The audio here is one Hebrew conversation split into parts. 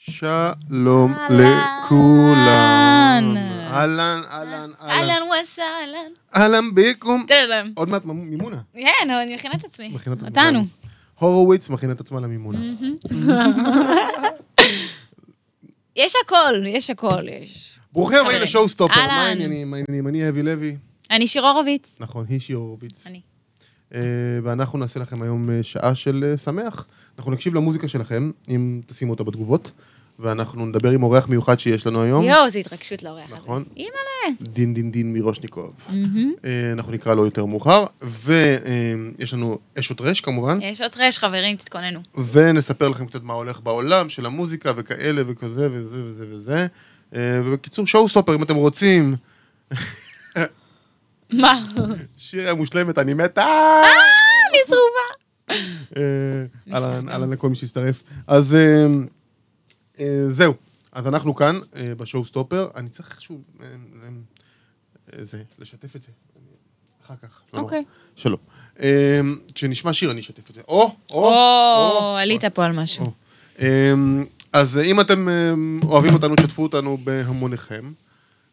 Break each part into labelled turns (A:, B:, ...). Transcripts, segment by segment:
A: שלום לכולם. אהלן, אהלן, אהלן.
B: אהלן וסהלן.
A: אהלן ביקום.
B: טרלם.
A: עוד מעט ממ- מימונה.
B: כן, אבל אני מכינה את עצמי.
A: מכינה את עצמה.
B: אותנו.
A: הורוביץ מכינה את עצמה למימונה.
B: יש הכל, יש הכל, יש.
A: ברוכים הבאים
B: חברים.
A: לשואו סטופר. מה
B: אהלן.
A: העניינים? מה העניינים? אני אבי לוי.
B: אני שיר הורוביץ.
A: נכון, היא שיר הורוביץ.
B: אני.
A: אה, ואנחנו נעשה לכם היום אה, שעה של אה, שמח. אנחנו נקשיב למוזיקה שלכם, אם תשימו אותה בתגובות, ואנחנו נדבר עם אורח מיוחד שיש לנו היום.
B: יואו, זו התרגשות לאורח הזה.
A: נכון.
B: אימא'לה.
A: דין דין דין מירושניקוב. אה, אנחנו נקרא לו יותר מאוחר, ויש לנו אש וטרש כמובן,
B: יש עוד רעש, חברים, תתכוננו.
A: ונספר לכם קצת מה הולך בעולם של המוזיקה וכאלה וכזה וזה וזה וזה. אה, ובקיצור, שואו סטופר, אם אתם רוצים,
B: מה? אה,
A: שיר המושלמת, אני מתה!
B: אני שרובה.
A: אה, אהלן, אהלן לכל מי שהצטרף. אז אה, אה, זהו, אז אנחנו כאן, אה, בשואו סטופר, אני צריך איכשהו, אה, אה, אה, זה, לשתף את זה. אחר כך. לא נורא.
B: אוקיי.
A: שלום. אמ, כשנשמע שיר אני אשתף את זה. או, או,
B: או, עלית פה על משהו.
A: או. אמ, אז אם אתם אמ, אוהבים אותנו, שתפו אותנו בהמוניכם,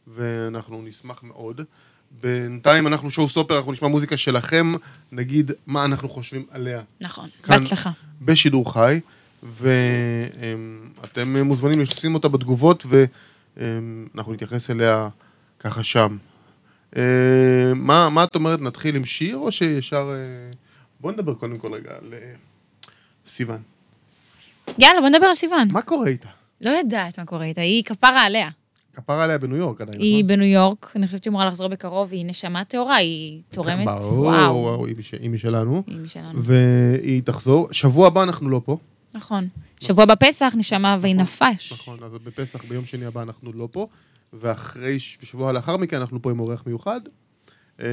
A: ואנחנו נשמח מאוד. בינתיים אנחנו שואו סטופר, אנחנו נשמע מוזיקה שלכם, נגיד מה אנחנו חושבים עליה
B: נכון.
A: כאן.
B: בהצלחה.
A: בשידור חי, ואתם מוזמנים לשים אותה בתגובות, ואנחנו נתייחס אליה ככה שם. אה, מה, מה את אומרת, נתחיל עם שיר או שישר... אה, בוא נדבר קודם כל רגע על אה, סיוון.
B: יאללה, בוא נדבר על סיוון.
A: מה נכון. קורה איתה?
B: לא יודעת מה קורה איתה, היא כפרה עליה.
A: כפרה עליה בניו יורק עדיין, נכון?
B: היא בניו יורק, אני חושבת שהיא אמורה לחזור בקרוב, היא נשמה טהורה, היא תורמת,
A: כן, ברור, אה.
B: וואו. נכון.
A: היא מש- היא משלנו,
B: היא משלנו.
A: והיא תחזור. שבוע הבא אנחנו לא פה.
B: נכון. שבוע בפסח נשמה והיא נפש.
A: נכון, אז בפסח ביום שני הבא אנחנו לא פה, ואחרי, ש- בשבוע לאחר מכן אנחנו פה עם אורח מיוחד. אה,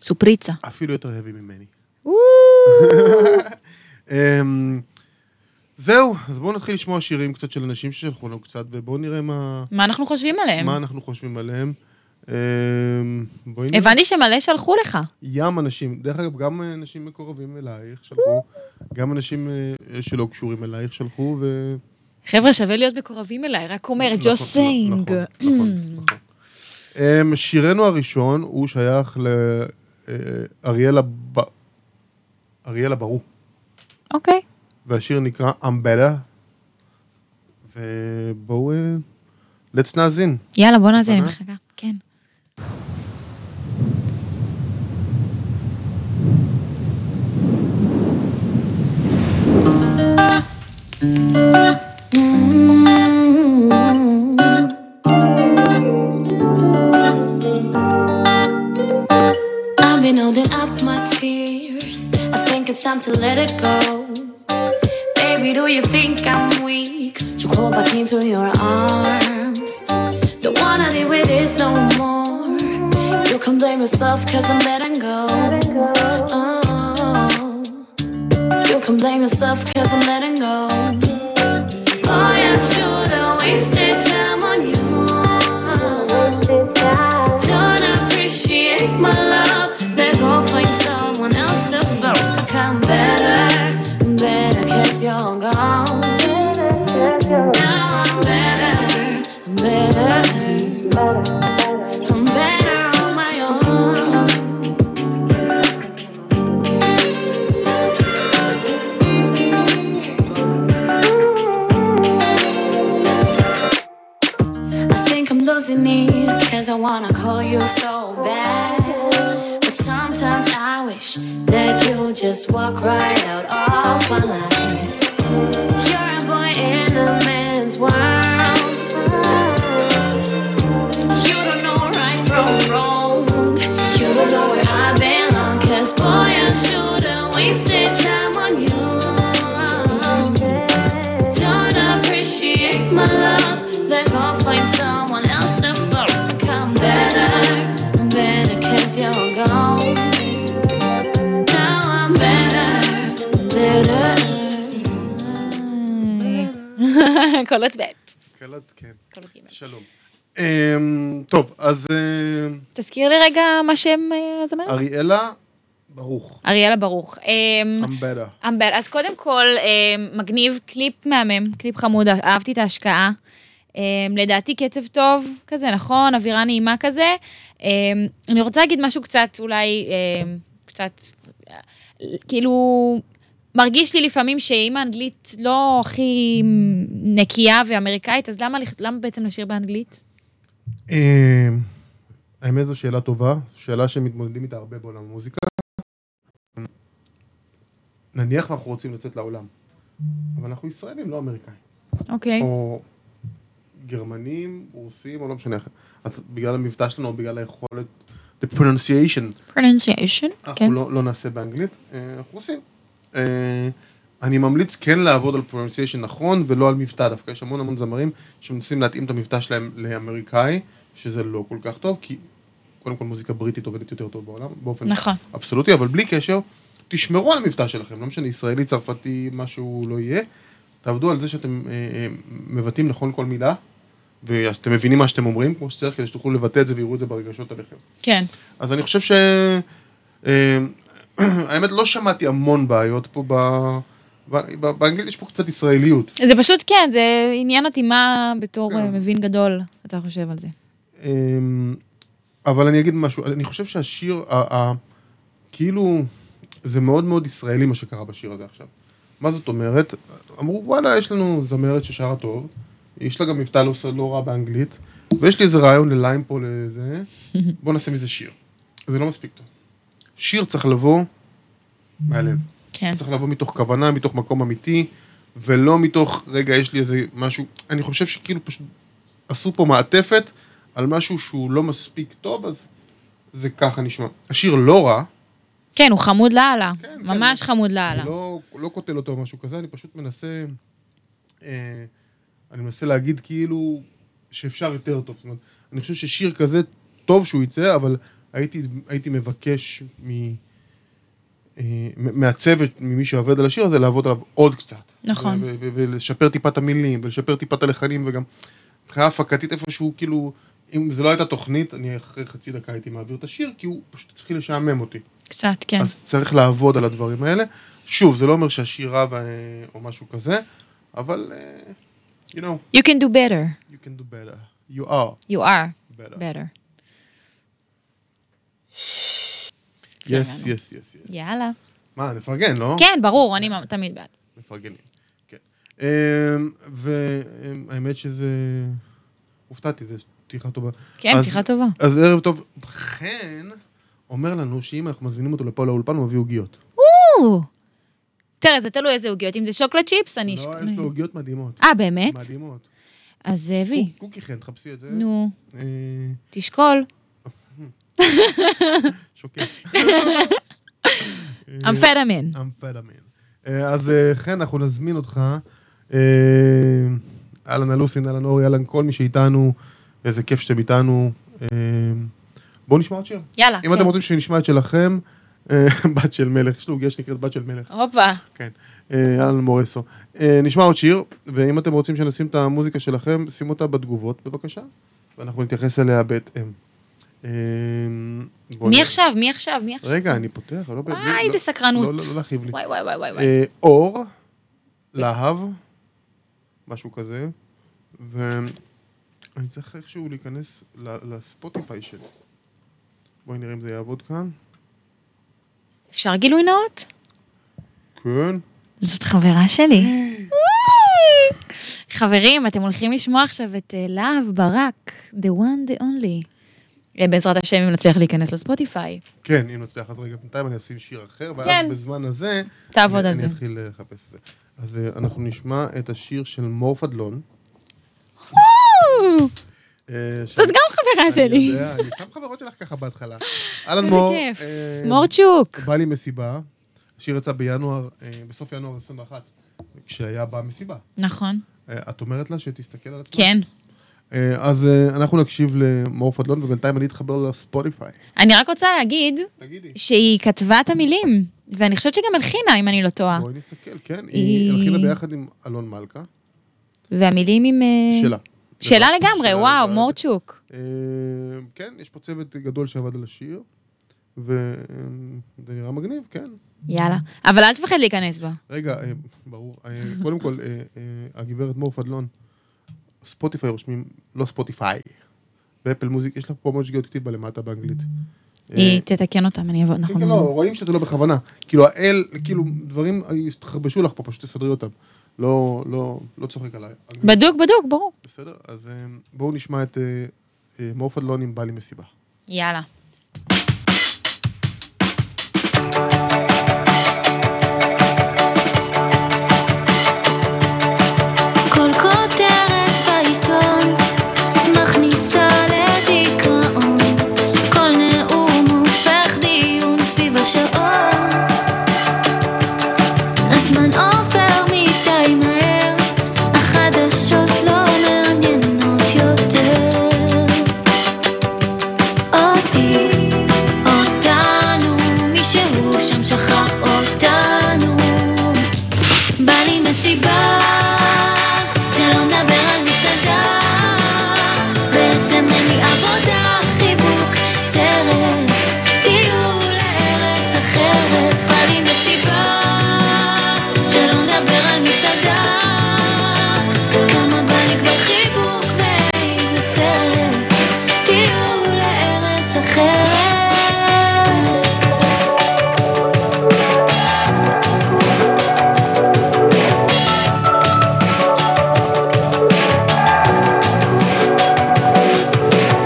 B: סופריצה.
A: אפילו יותר heavy ממני.
B: וואו.
A: אה. אמ, זהו, אז בואו נתחיל לשמוע שירים קצת של אנשים ששלחו לנו קצת, ובואו נראה מה,
B: מה אנחנו חושבים עליהם?
A: מה אנחנו חושבים עליהם. אמ, בואי נראה.
B: הבנתי שמלא שלחו לך.
A: ים אנשים, דרך אגב, גם אה, אנשים מקורבים אלייך שלחו, גם אנשים אה, שלא קשורים אלייך שלחו, ו...
B: חבר'ה, שווה להיות מקורבים אליי, רק אומרת,
A: נכון,
B: just saying.
A: נכון, נכון, נכון. אמ, שירנו הראשון הוא שייך לאריאלה ב... אריאלה ברוך.
B: אוקיי.
A: והשיר נקרא I'm better. ובואו, אה, let's נאזין.
B: יאללה, בוא נאזין, אני
A: מוכנה?
B: מחכה. כן.
C: I've been holding up my tears. I think it's time to let it go. Baby, do you think I'm weak to crawl back into your arms? Don't wanna live with this no more. You can blame yourself cause I'm letting go. Oh. You can blame yourself cause I'm letting go. Boy, I should've wasted time on you. Don't appreciate my love. They go find someone else to fill. I come better, better cause you're gone. Now I'm better, I'm better, I'm better on my own. I think I'm losing it Cause I wanna call you so bad But sometimes I wish That you just walk right out of my life You're a boy in a man's world You don't know right from wrong You don't know where I belong Cause boy I should've wasted time on you don't appreciate my love. Then go find someone else to fuck. I come better, I'm better cause you're gone. Now I'm better, I'm better.
B: קולות ב'.
A: קלט, כן.
B: קולות ג'.
A: שלום. אמ, טוב, אז אמ,
B: תזכיר לי רגע מה שם הזמרת.
A: אריאלה ברוך.
B: אריאלה ברוך. אמ,
A: אמבדה.
B: אמבר, אז קודם כל, אמ, מגניב, קליפ מהמם, קליפ חמוד, אהבתי את ההשקעה. אמ, לדעתי קצב טוב כזה, נכון? אווירה נעימה כזה. אמ, אני רוצה להגיד משהו קצת, אולי, אמ, קצת, אה, כאילו, מרגיש לי לפעמים שאם האנגלית לא הכי נקייה ואמריקאית, אז למה, לכ- למה בעצם לשיר באנגלית?
A: אמ, האמת זו שאלה טובה, שאלה שמתמודדים איתה הרבה בעולם המוזיקה. נניח אנחנו רוצים לצאת לעולם, אבל אנחנו ישראלים, לא אמריקאים.
B: אוקיי.
A: או גרמנים, רוסים, או לא משנה. אז בגלל המבטא שלנו, או בגלל היכולת, the pronunciation,
B: pronunciation, כן.
A: אנחנו לא, לא נעשה באנגלית, אה, אנחנו עושים. אה, אני ממליץ כן לעבוד על pronunciation נכון ולא על מבטא דווקא, יש המון המון זמרים שמנסים להתאים את המבטא שלהם לאמריקאי, שזה לא כל כך טוב, כי קודם כל מוזיקה בריטית עובדת יותר טוב בעולם, באופן
B: נכון.
A: אבסולוטי, אבל בלי קשר, תשמרו על המבטא שלכם, לא משנה, ישראלי, צרפתי, מה שהוא לא יהיה, תעבדו על זה שאתם אה, אה, מבטאים נכון כל מילה, ואתם מבינים מה שאתם אומרים, כמו שצריך, כדי שתוכלו לבטא את זה ויראו את זה ברגשות עליכם.
B: כן.
A: אז אני חושב ש... אה, האמת, לא שמעתי המון בעיות פה ב... ב- ב- באנגלית יש פה קצת ישראליות.
B: זה פשוט, כן, זה עניין אותי מה בתור
A: כן.
B: אה, מבין גדול אתה חושב על זה.
A: אה, אבל אני אגיד משהו, אני חושב שהשיר, ה- ה- כאילו, זה מאוד מאוד ישראלי מה שקרה בשיר הזה עכשיו. מה זאת אומרת? אמרו, וואלה, יש לנו זמרת ששרה טוב, יש לה גם מבטא לא, לא רע באנגלית, ויש לי איזה רעיון לליים פה לזה, בוא נעשה מזה שיר. זה לא מספיק טוב. שיר צריך לבוא מהלב.
B: כן.
A: צריך לבוא מתוך כוונה, מתוך מקום אמיתי, ולא מתוך, רגע, יש לי איזה משהו, אני חושב שכאילו פשוט עשו פה מעטפת על משהו שהוא לא מספיק טוב, אז זה ככה נשמע. השיר לא רע,
B: כן, הוא חמוד לאללה.
A: כן, כן.
B: ממש חמוד לאללה.
A: אני לא, לא קוטל אותו או משהו כזה, אני פשוט מנסה, אה, אני מנסה להגיד כאילו שאפשר יותר טוב. זאת אומרת, אני חושב ששיר כזה, טוב שהוא יצא, אבל הייתי, הייתי מבקש מ, אה, מ- מהצוות, ממי שעובד על השיר הזה, לעבוד עליו עוד קצת.
B: נכון.
A: ו- ו- ו- ולשפר טיפה את המילים, ולשפר טיפה את הלחנים, וגם מבחינה הפקתית איפשהו, כאילו, אם זה לא הייתה תוכנית, אני אחרי חצי דקה הייתי מעביר את השיר, כי הוא פשוט התחיל לשעמם אותי.
B: קצת, כן.
A: אז צריך לעבוד על הדברים האלה. שוב, זה לא אומר שהשיר רע ו- או משהו כזה, אבל, אה, you know,
B: You can do better.
A: you can do better. You are
B: You are
A: better.
B: better.
A: yes,
B: יאללה.
A: yes, yes, yes.
B: יאללה.
A: מה, נפרגן, לא?
B: כן, ברור, אני ממ- תמיד בעד.
A: מפרגנים, כן. אמ, והאמת שזה... הופתעתי, זו פתיחה טובה.
B: כן,
A: אז-
B: פתיחה טובה.
A: אז ערב טוב. חן אומר לנו שאם אנחנו מזמינים אותו לפה לאולפן, הוא מביא עוגיות.
B: או! תראה, זה תלוי איזה עוגיות. אם זה שוקולד צ'יפס, אני... אשק-
A: לא, יש לו עוגיות מדהימות.
B: אה, באמת?
A: מדהימות.
B: אז זה הביא.
A: קוקי חן, תחפשי את זה.
B: נו,
A: אה,
B: תשקול.
A: שוקל.
B: אמפטמין.
A: אמפטמין. אה, אז אה, חן, אנחנו נזמין אותך. אה, אהלן אלוסין, אהלן אורי, אהלן כל מי שאיתנו, איזה כיף שאתם איתנו. אה, בואו נשמע עוד שיר.
B: יאללה.
A: אם
B: כן.
A: אתם רוצים שנשמע את שלכם, אה, בת של מלך, יש לו עוגיה שנקראת בת של מלך,
B: הופה.
A: כן. אה, אהלן מורסו. אה, נשמע עוד שיר, ואם אתם רוצים שנשים את המוזיקה שלכם, שימו אותה בתגובות בבקשה, ואנחנו נתייחס אליה בהתאם. אה, בואו
B: מי
A: נ-
B: עכשיו? מי עכשיו? מי עכשיו?
A: רגע, אני פותח, אבל לא... בלי-
B: וואי,
A: לא-
B: איזה סקרנות.
A: לא, לא לא להכאיב לי.
B: וואי, וואי, וואי, וואי, וואי.
A: אה, אור, להב, משהו כזה, ואני צריך איכשהו להיכנס ל- לספוטיפיי שלי. בואי נראה אם זה יעבוד כאן.
B: אפשר גילוי נאות?
A: כן.
B: זאת חברה שלי. חברים, אתם הולכים לשמוע עכשיו את אה, להב ברק, The one, the only. אה, בעזרת השם, אם נצליח להיכנס לספוטיפיי.
A: כן, אם נצליח, אז רגע, בינתיים אני אשים שיר אחר, ואז
B: כן.
A: בזמן הזה...
B: תעבוד
A: אני-
B: על זה.
A: אני אתחיל אה, לחפש את זה. אז אה, אנחנו נשמע את השיר של מור פדלון. אה,
B: זאת
A: שאני-
B: גם חברה
A: אני
B: שלי.
A: יודע, אני שם חברות שלך ככה בהתחלה. אהלן
B: איזה
A: מור.
B: כיף.
A: אה,
B: מורצ'וק.
A: בא לי מסיבה. השיר יצא בינואר, אה, בסוף ינואר 21, כשהיה בה מסיבה.
B: נכון.
A: אה, את אומרת לה שתסתכל על עצמה?
B: כן.
A: אה, אז אה, אנחנו נקשיב למור פדלון, ובינתיים אני אתחבר לספוטיפיי.
B: אני רק רוצה להגיד
A: תגידי.
B: שהיא כתבה את המילים, ואני חושבת שגם הלחינה, אם אני לא טועה.
A: בואי נסתכל, כן. היא
B: היא-
A: הלחינה ביחד עם אלון מלכה.
B: והמילים עם... אה,
A: שאלה.
B: שאלה
A: לבד.
B: לגמרי,
A: שאלה
B: וואו,
A: לבד.
B: מורצ'וק.
A: אה, כן, יש פה צוות גדול שעבד על השיר. וזה נראה מגניב, כן.
B: יאללה. אבל אל תפחד להיכנס בה.
A: רגע, אה, ברור. אה, קודם כל, אה, אה, הגברת מור פדלון, ספוטיפיי רושמים, לא ספוטיפיי. באפל מוזיק, יש לה פה ממש שגיאות כתיב למטה באנגלית. אה,
B: היא תתקן אותם, אני אבוא,
A: כן,
B: נכון.
A: כן, לא, רואים שזה לא בכוונה. כאילו, האל, כאילו, דברים יתחרבשו לך פה, פשוט תסדרי אותם. לא, לא, לא צוחק עליי. אנגלית,
B: בדוק, בדוק, ברור.
A: בסדר? אז אה, בואו נשמע את אה, אה, מור פדלון עם בא לי מסיבה.
B: יאללה.
C: כל כותרת בעיתון מכניסה לדיכאון. כל נאום הופך דיון סביב השעון. הזמן עובר מדי מהר, החדשות לא מעניינות יותר. אותי, אותנו, מישהו שם שכח אותנו. בא לי מסיבה שלא נדבר על מסעדה בעצם אין לי עבודה, חיבוק, סרט טיול לארץ אחרת בא לי מסיבה שלא נדבר על מסעדה כמה בא לי כבר חיבוק ואיזה סרט טיול לארץ אחרת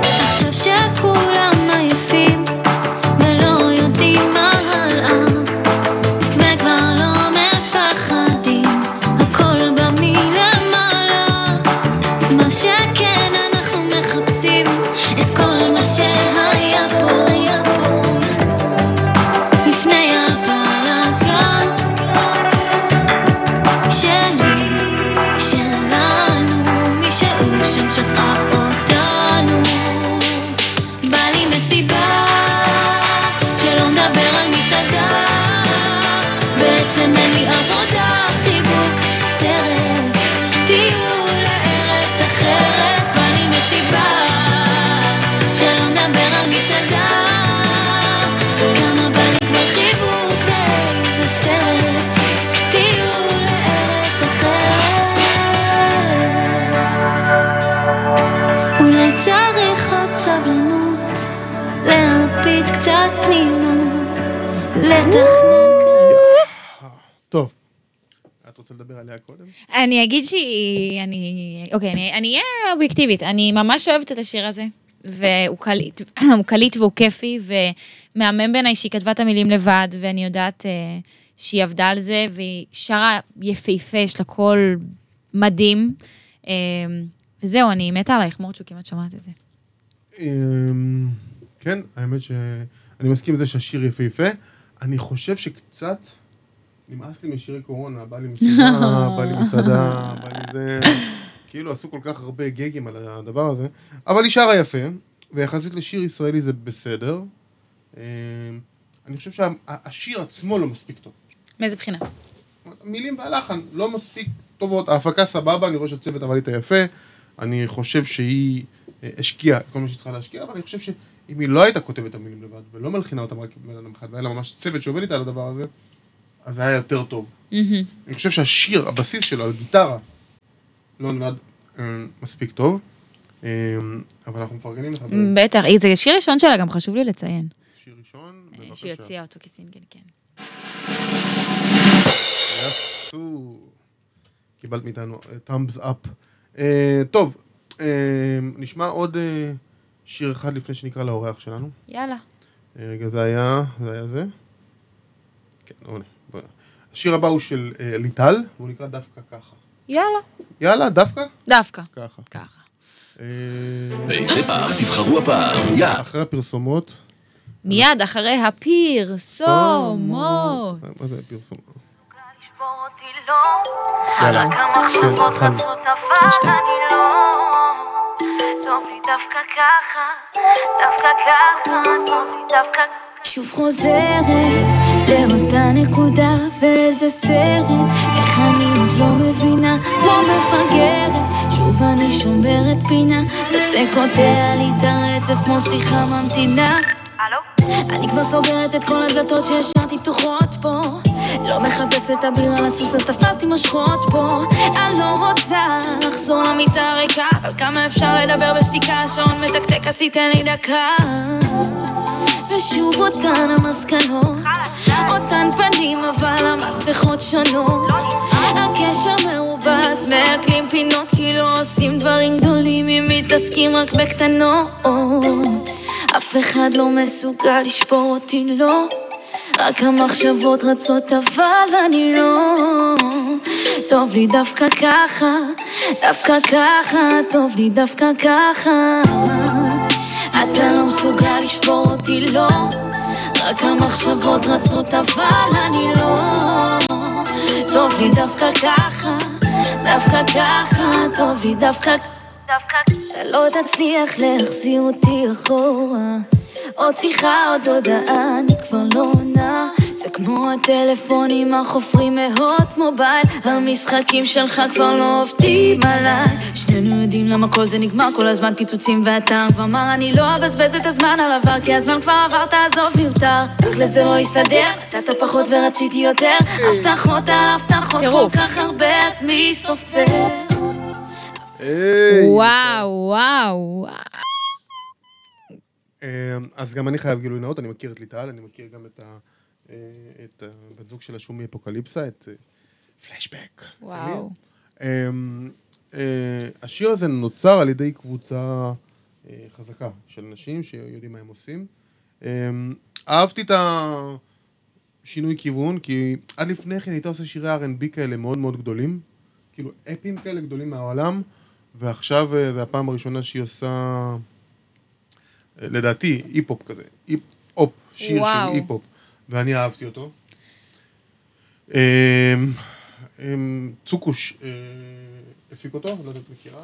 C: עכשיו שכולם עייפים ולא יודעים מה הלאה וכבר לא מפחדים הכל בא מלמעלה מה שכן אנחנו מחפשים את כל מה שהיה פה היה פה לפני הבלאגן שלי, שלנו, מישהו שם שכח אותנו. בא לי מסיבה, שלא נדבר על מסעדה. בעצם אין לי עבודה, חיבוק, סרט, טיול לארץ אחרת. בא לי מסיבה, שלא נדבר על מסעדה. כמה בא לי כבר חיבוק, איזה סרט, טיול לארץ אחרת. אולי צריך עוד סבלנות, להרביט קצת פנימה, לתכנן
A: טוב. אה. את רוצה לדבר עליה קודם?
B: אני אגיד שהיא... אני... אוקיי, אני, אני אהיה אובייקטיבית. אני ממש אוהבת את השיר הזה, והוא קליט, הוא קליט והוא כיפי, ומהמם בעיניי שהיא כתבה את המילים לבד, ואני יודעת אה, שהיא עבדה על זה, והיא שרה יפהפה, יש לה קול מדהים. אה, וזהו, אני מתה עלייך, מורצ'וק, אם את שומעת את זה.
A: אמ, כן, האמת שאני מסכים עם זה שהשיר יפהפה. אני חושב שקצת נמאס לי משירי קורונה, בא לי מסיבה, בא לי מסעדה, בא לי זה. כאילו עשו כל כך הרבה גגים על הדבר הזה. אבל היא שרה יפה, ויחסית לשיר ישראלי זה בסדר. אמ, אני חושב שהשיר עצמו לא מספיק טוב.
B: מאיזה בחינה?
A: מילים והלחן לא מספיק טובות, ההפקה סבבה, אני רואה שהצוות עבד איתה יפה, אני חושב שהיא אה, השקיעה את כל מה שהיא צריכה להשקיע, אבל אני חושב שאם היא לא הייתה כותבת את המילים לבד, ולא מלחינה אותם רק בן אדם אחד, והיה לה ממש צוות שעובד איתה על הדבר הזה, אז זה היה יותר טוב. אני חושב שהשיר, הבסיס שלו על גיטרה, לא נולד אה, מספיק טוב, אה, אבל אנחנו מפרגנים לך. באמת.
B: בטח, זה שיר ראשון שלה, גם חשוב לי לציין.
A: שיר ראשון,
B: שהיא
A: בבקשה.
B: הוציאה אותו כסינגל, כן.
A: יפו. אה, קיבלת מאיתנו אה, thumbs up. Uh, טוב, uh, נשמע עוד uh, שיר אחד לפני שנקרא לאורח שלנו.
B: יאללה.
A: אה, רגע, זה היה, זה היה זה? כן, הנה. בוא. השיר הבא הוא של אה, ליטל, והוא נקרא דווקא ככה.
B: יאללה.
A: יאללה, דווקא?
B: דווקא.
A: ככה.
B: ככה.
A: אה,
D: באיזה פח תבחרו הפעם? יא!
A: אחרי הפרסומות.
B: מיד אחרי הפרסומות.
A: אה, מה זה הפרסומות?
E: לשבור אותי לא,
A: יאללה.
E: רק המחשבות
A: כן, התחלנו.
E: רצות אבל אני לא, טוב לי דווקא ככה, דווקא ככה, טוב לי דווקא
C: שוב חוזרת לאותה נקודה ואיזה סרט איך אני עוד לא מבינה כמו מפגרת שוב אני שומרת פינה וזה קוטע לי את הרצף כמו שיחה ממתינה
E: הלו? אני כבר סוגרת את כל הדלתות שישנתי פתוחות פה לא מחפשת אביר על הסוס אז תפסתי מושכות פה אני לא רוצה לחזור למיטה הריקה אבל כמה אפשר לדבר בשתיקה השעון מתקתק אז תיתן לי דקה ושוב אותן המסקנות אותן פנים אבל המסכות שונות הקשר מרובס מעגלים פינות כי לא עושים דברים גדולים אם מתעסקים רק בקטנות אף אחד לא מסוגל לשבור אותי, לא רק המחשבות רצות אבל אני לא טוב לי דווקא ככה, דווקא ככה, טוב לי דווקא ככה אתה לא מסוגל לשבור אותי, לא רק המחשבות רצות אבל אני לא טוב לי דווקא ככה, דווקא ככה, טוב לי דווקא אתה לא תצליח להחזיר אותי אחורה עוד שיחה, עוד הודעה, אני כבר לא עונה זה כמו הטלפונים החופרים מהוט מובייל המשחקים שלך כבר לא עובדים עליי שנינו יודעים למה כל זה נגמר כל הזמן פיצוצים ואתה כבר אמר אני לא אבזבז את הזמן על עבר כי הזמן כבר עבר תעזוב מיותר תכל'ס זה לא הסתדר נתת פחות ורציתי יותר הבטחות על הבטחות כל
B: טירוף.
E: כך הרבה אז מי סופר
A: היי.
B: וואו, וואו, וואו.
A: אה, אז גם אני חייב גילוי נאות, אני מכיר את ליטל, אני מכיר גם את ה... אה, את הבת זוג שלה שהוא מאפוקליפסה, את אה, פלשבק.
B: וואו.
A: אמ, אה, השיר הזה נוצר על ידי קבוצה אה, חזקה של אנשים שיודעים מה הם עושים. אמ, אהבתי את השינוי כיוון, כי עד לפני כן הייתה עושה שירי R&B כאלה מאוד מאוד גדולים, כאילו אפים כאלה גדולים מהעולם, ועכשיו אה, זו הפעם הראשונה שהיא עושה, אה, לדעתי, היפ-הופ כזה, היפ-הופ, שיר
B: וואו.
A: של היפ-הופ, ואני אהבתי אותו. אמ, אמ, צוקוש אה, הפיק אותו, לא יודע אם את מכירה,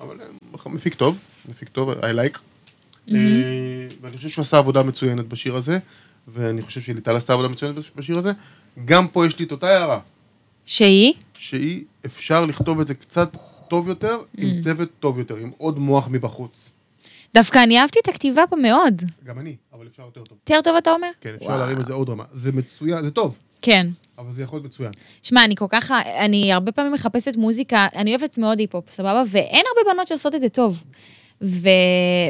A: אבל אה, מפיק טוב, מפיק טוב, I like. אה,
B: Mm-hmm.
A: ואני חושב שהוא עשה עבודה מצוינת בשיר הזה, ואני חושב שליטל עשתה עבודה מצוינת בש- בשיר הזה. גם פה יש לי את אותה הערה,
B: שהיא?
A: שהיא, אפשר לכתוב את זה קצת טוב יותר,
B: Mm.
A: עם צוות טוב יותר, עם עוד מוח מבחוץ.
B: דווקא אני אהבתי את הכתיבה פה מאוד.
A: גם אני, אבל אפשר יותר טוב.
B: יותר טוב אתה אומר?
A: כן, אפשר
B: וואו.
A: להרים את זה עוד רמה. זה מצוין, זה טוב,
B: כן.
A: אבל זה יכול להיות מצוין.
B: שמע, אני כל כך, אני הרבה פעמים מחפשת מוזיקה, אני אוהבת מאוד היפ-הופ, סבבה? ואין הרבה בנות שעושות את זה טוב. ו...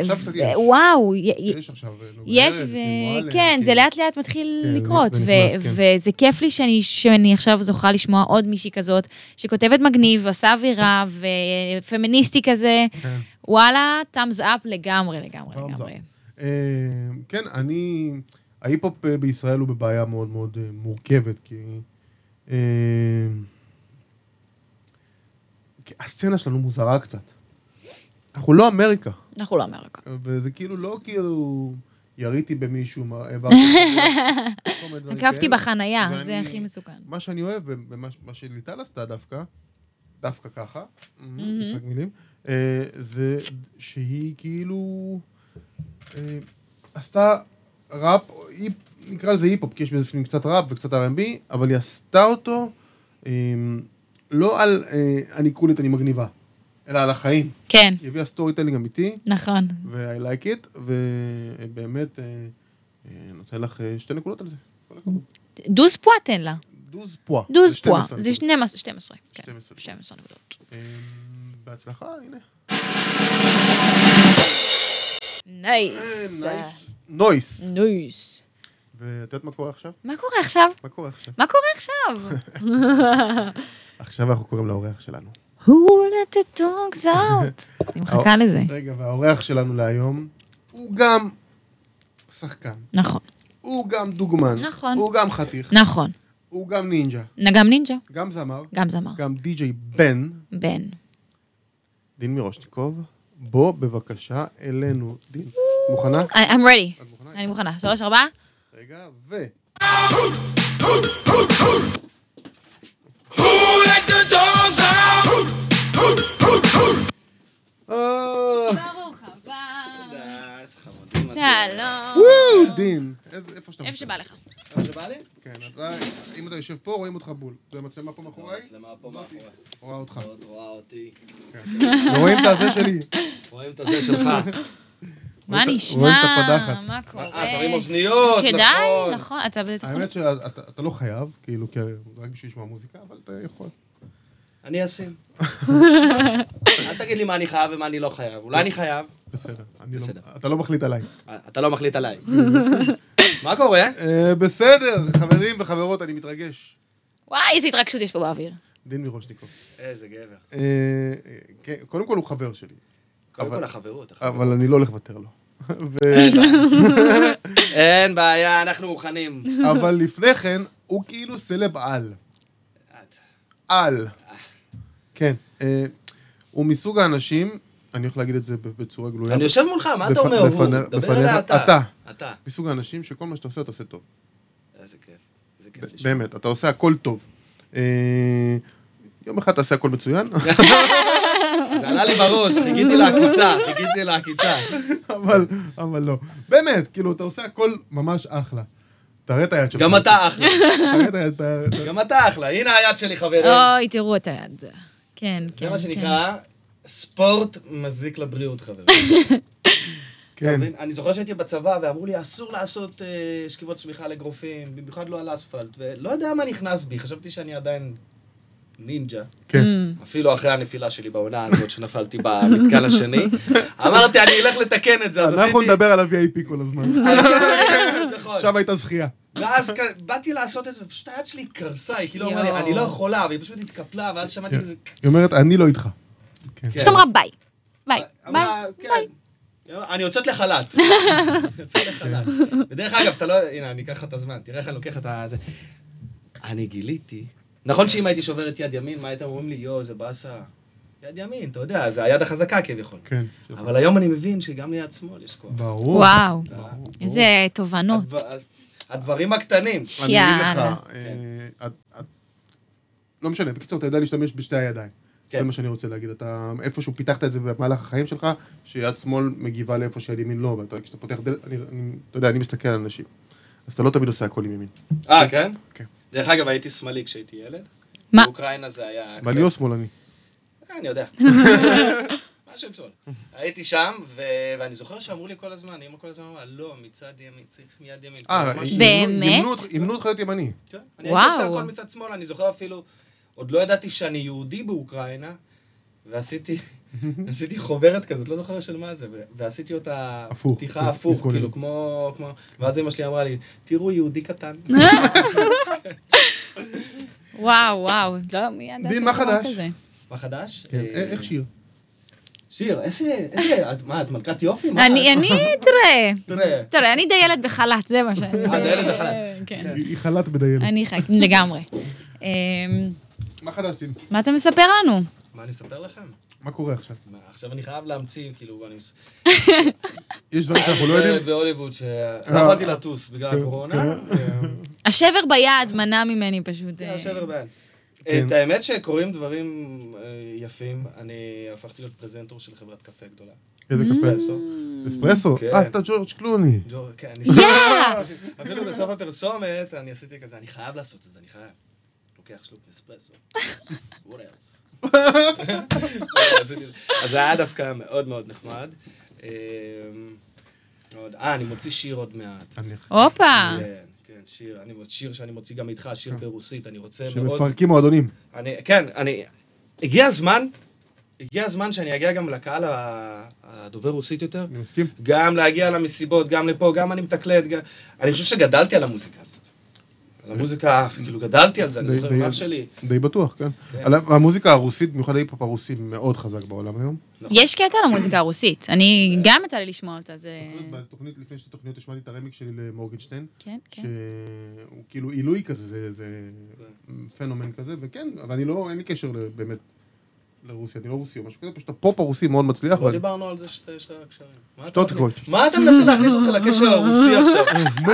A: עכשיו
B: ו-
A: קצת יש.
B: וואו, י-
A: יש עכשיו... נו,
B: יש,
A: ארז, מועלם,
B: וכן, זה
A: כאילו.
B: לאט לאט מתחיל
A: כן, זה
B: לקרות,
A: נכנס,
B: ו-
A: כן.
B: וזה כיף לי שאני, שאני עכשיו זוכה לשמוע עוד מישהי כזאת, שכותבת מגניב, עושה אווירה, ופמיניסטי כזה,
A: כן.
B: וואלה, thumbs up לגמרי, לגמרי,
A: פעם זה.
B: לגמרי.
A: אה, כן, אני... ההיפ-הופ אה, בישראל הוא בבעיה מאוד מאוד אה, מורכבת, כי... אה, כי הסצנה שלנו מוזרה קצת. אנחנו לא אמריקה,
B: אנחנו לא אמריקה.
A: וזה כאילו לא כאילו יריתי במישהו, מה- העברתי אותו, כל מיני דברים
B: עקבתי
A: כאלה.
B: בחנייה,
A: ואני-
B: זה הכי מסוכן.
A: מה שאני אוהב, ומה מה שליטל עשתה דווקא, דווקא ככה,
B: Mm-hmm.
A: משחק מילים, אה, זה שהיא כאילו אה, עשתה ראפ, היפ- נקרא לזה היפ-הופ, כי יש בזה לפעמים קצת ראפ וקצת R&B, אבל היא עשתה אותו אה, לא על אה, אני קולית, אני מגניבה, אלא על החיים.
B: כן,
A: היא הביאה סטורי טיילינג אמיתי,
B: נכון.
A: ו-I like it, ובאמת אה, אה, נותן לך אה, שתי נקודות על זה. כל הכבוד.
B: דוז פועה תן לה.
A: דוז פועה.
B: דוז
A: זה
B: פועה.
A: 12
B: זה
A: נקודות.
B: 12, 12, כן.
A: 12.
B: 12 נקודות.
A: אמ, בהצלחה, הנה.
B: נייס.
A: אה, נויס.
B: Mm. נייס.
A: ואת יודעת מה קורה עכשיו?
B: מה קורה עכשיו?
A: מה קורה עכשיו?
B: מה קורה עכשיו?
A: עכשיו אנחנו קוראים לאורח שלנו.
B: Who let the dogs out?
A: אה,
B: אני מחכה לזה.
A: רגע, והאורח שלנו להיום הוא גם שחקן,
B: נכון.
A: הוא גם דוגמן,
B: נכון.
A: הוא גם חתיך,
B: נכון.
A: הוא גם נינג'ה,
B: גם נינג'ה,
A: גם זמר,
B: גם זמר.
A: גם די-ג'יי בן,
B: בן.
A: דין מירושניקוב, בוא בבקשה אלינו. דין, מוכנה?
B: I- I'm ready.
A: את מוכנה?
B: אני מוכנה. שלוש, ארבע?
A: רגע, ו... אה,
B: ברוך הבא.
F: איזה חמודים.
B: שלום.
A: וואו, דין, איזה- איפה שאתה
B: איפה שבא לך.
F: כמה שבא לי?
A: כן, אתה, אם אתה יושב פה, רואים אותך בול. זה המצלמה פה מאחוריי,
F: המצלמה פה מאחורי.
A: רואה אותך.
F: עוד רואה אותי.
A: לא רואים את הזה שלי.
F: רואים את הזה שלך.
B: מה
A: את ה-
B: נשמע?
A: רואים את הפדחת.
B: מה קורה?
F: אה, שמים אוזניות, נכון.
B: כדאי, נכון. אתה בטח...
A: האמת שאתה אתה לא חייב, כאילו, כי זה רק בשביל לשמוע מוזיקה, אבל אתה יכול.
F: אני אשים. אל תגיד לי מה אני חייב ומה אני לא חייב. אולי אני חייב.
A: בסדר. אני לא-
F: בסדר.
A: אתה לא מחליט עליי.
F: אתה לא מחליט עליי. מה קורה?
A: אה, בסדר, חברים וחברות, אני מתרגש.
B: וואי, איזה התרגשות יש פה באוויר.
A: דין מירושניקוב.
F: איזה גבר.
A: אה, כן, קודם כל הוא חבר שלי,
F: קודם
A: אבל-
F: כל החברות. החברות.
A: אבל אני לא הולך לוותר לו. ו-
F: אין בעיה, אנחנו מוכנים.
A: אבל לפני כן, הוא כאילו סלב על.
F: את.
A: על. כן. אה, הוא מסוג האנשים, אני הולך להגיד את זה בצורה גלויה.
F: אני יושב מולך, מה אתה
A: בפ-
F: אומר? הוא?
A: בפני-
F: דבר
A: בפניך-
F: אליי
A: אתה.
F: אתה.
A: מסוג האנשים שכל מה שאתה עושה, אתה עושה טוב.
F: איזה כיף. איזה כיף
A: ב-
F: לשמוע.
A: באמת, אתה עושה הכל טוב. אה, יום אחד תעשה הכל מצוין,
F: זה עלה לי בראש, חיכיתי לעקיצה, חיכיתי לעקיצה.
A: אבל, אבל לא. באמת, כאילו, אתה עושה הכל ממש אחלה. תראה את היד שלך.
F: גם אתה אחלה.
A: תראה את היד, תראה- תראה-
F: גם אתה אחלה. הנה היד שלי, חברים.
B: אוי, תראו את היד. כן, כן.
F: זה מה
B: אה, כן.
F: שנקרא, ספורט מזיק לבריאות, חברים. אתה
A: כן.
F: מבין? אני זוכר שהייתי בצבא, ואמרו לי, אסור לעשות אה, שכיבות צמיחה על אגרופים, במיוחד לא על אספלט, ולא יודע מה נכנס בי, חשבתי שאני עדיין נינג'ה.
A: כן.
F: אפילו אחרי הנפילה שלי בעונה הזאת, שנפלתי במתקן השני. אמרתי, אני אלך לתקן את זה, אז
A: אנחנו
F: עשיתי...
A: נדבר על ה-VIP כל הזמן.
F: נכון.
A: עכשיו הייתה זכייה.
F: ואז כ- באתי לעשות את זה, ופשוט היד שלי קרסה, היא כאילו אמרה
B: יואו.
F: לי, אני לא יכולה, והיא פשוט התקפלה, ואז שמעתי
A: כן.
F: כזה...
A: היא אומרת, אני לא איתך. כן.
B: פשוט אמרה ביי. ביי. ביי.
F: אמרה, כן. אני יוצאת לחל"ת. יוצאת לחל"ת. ודרך אגב, אתה לא... הנה, אני אקח לך את הזמן, תראה איך אני לוקח את ה... זה. אני גיליתי... נכון שאם הייתי שובר את יד ימין, מה הייתם אומרים לי? יואו, זה באסה. יד ימין, אתה יודע, זה היד החזקה כביכול.
A: כן.
F: אבל היום אני מבין שגם ליד שמאל יש כוח.
A: ברור.
B: וואו. איזה תובנות.
F: הדבר- הדברים הקטנים.
A: אני אגיד
B: יאללה.
F: כן.
A: לך, אה, את- את- לא משנה, בקיצור, אתה יודע להשתמש בשתי הידיים.
F: כן.
A: זה מה שאני רוצה להגיד. אתה איפשהו פיתחת את זה במהלך החיים שלך, שיד שמאל מגיבה לאיפה שיד ימין לא, ואתה כשאתה פותח דלת, אני- אני- אתה יודע, אני מסתכל על אנשים. אז אתה לא תמיד עושה הכל עם ימין.
F: אה, כן?
A: כן.
F: דרך אגב, הייתי שמאלי כשהייתי ילד.
B: מה?
F: באוקראינה זה היה...
A: שמאלי או לא שמאלני?
F: אה, אני יודע. משהו טוב. הייתי שם, ו- ואני זוכר שאמרו לי כל הזמן, אמא כל הזמן אמרה, לא, מצד ימין, צריך מיד ימין.
A: אה,
F: ממש-
A: אימנו-
B: באמת?
A: אימנו אותך- אימנו אותך להיות ימני.
F: כן. אני הייתי עושה
B: וואו.
F: הכל מצד שמאל, אני זוכר אפילו, עוד לא ידעתי שאני יהודי באוקראינה, ועשיתי עשיתי חוברת כזאת, לא זוכר של מה זה, ו- ועשיתי אותה
A: הפוך, כן,
F: פתיחה הפוך,
A: מסגולים.
F: כאילו, כמו... כמו- ואז אמא שלי אמרה לי, תראו, יהודי קטן.
B: וואו, וואו. לא, מי ידע
A: דין, מה
B: שהיה דבר
A: חדש?
B: כזה?
F: מה חדש?
A: כן.
F: אה,
A: אה, איך שיר?
F: שיר, איזה... איזה... את- מה, את מלכת יופי? מה?
B: אני, אני, תראה.
F: תראה.
B: תראה, אני דיילת בחל"ת, זה מה שאני...
F: אה, דיילת בחל"ת.
B: כן.
A: היא היא חלת בדיילת.
B: אני חכי, לגמרי. אמ,
A: מה חדש, דין?
B: מה אתה מספר לנו?
F: מה אני אספר לכם?
A: מה קורה עכשיו?
F: מה, עכשיו אני חייב להמציא, כאילו, אני...
A: יש דברים שאנחנו לא יודעים? אה. כן,
F: בהוליווד, שלא יכולתי לטוס בגלל הקורונה. אה,
B: השבר ביד מנע ממני פשוט.
F: זה
B: אה,
F: השבר בעין. אה,
A: כן.
F: את האמת שקורים דברים אה, יפים, אני הפכתי להיות פרזנטור של חברת קפה גדולה.
A: איזה
F: Mm.
A: אספרסו.
F: פרסו.
A: אספרסו?
F: כן.
A: אה, אתה ג'ורג' קלוני.
F: ג'ו- כן, אני...
B: יאה!
F: אפילו בסוף הפרסומת, אני עשיתי כזה, אני חייב לעשות את זה, אני חייב. לוקח שלוק אספרסו. What else? עשיתי את זה. אז זה היה דווקא מאוד מאוד נחמד. אה, עוד- אה, אני מוציא שיר עוד מעט.
A: אני-
B: הופה.
F: כן, כן, שיר, אני, שיר שאני מוציא גם איתך, שיר ברוסית, אני רוצה מאוד...
A: שמפרקים מועדונים.
F: אני, כן, אני... הגיע הזמן, הגיע הזמן שאני אגיע גם לקהל ה- הדובר רוסית יותר.
A: אני מסכים.
F: גם להגיע למסיבות, גם לפה, גם אני מתקלט, גם... אני חושב שגדלתי על המוזיקה הזאת. על המוזיקה, כאילו גדלתי על זה, אני
A: די-
F: זוכר
A: די-
F: עם אח שלי.
A: די בטוח, כן. על- המוזיקה הרוסית, במיוחד ההיפ-הופ הרוסי, מאוד חזק בעולם היום.
F: נכון.
B: יש קטע למוזיקה הרוסית. אני, גם יצא לי לשמוע אותה, זה...
F: נכון,
A: בתוכנית, לפני שתי תוכניות, השמעתי את הרמיק שלי למורגנשטיין.
B: כן, כן.
A: שהוא כאילו עילוי כזה, זה- זה פנומן כזה, וכן, אבל אני לא, אין לי קשר ל- באמת לרוסיה, אני לא רוסי או משהו כזה, פשוט הפופ הרוסי מאוד מצליח.
F: לא
A: אבל-
F: דיברנו על זה שאתה- יש לך קשרים. מה אתה-
A: שטוטגוט.
F: מה אתה מנסה להכניס אותך לקשר הרוסי עכשיו?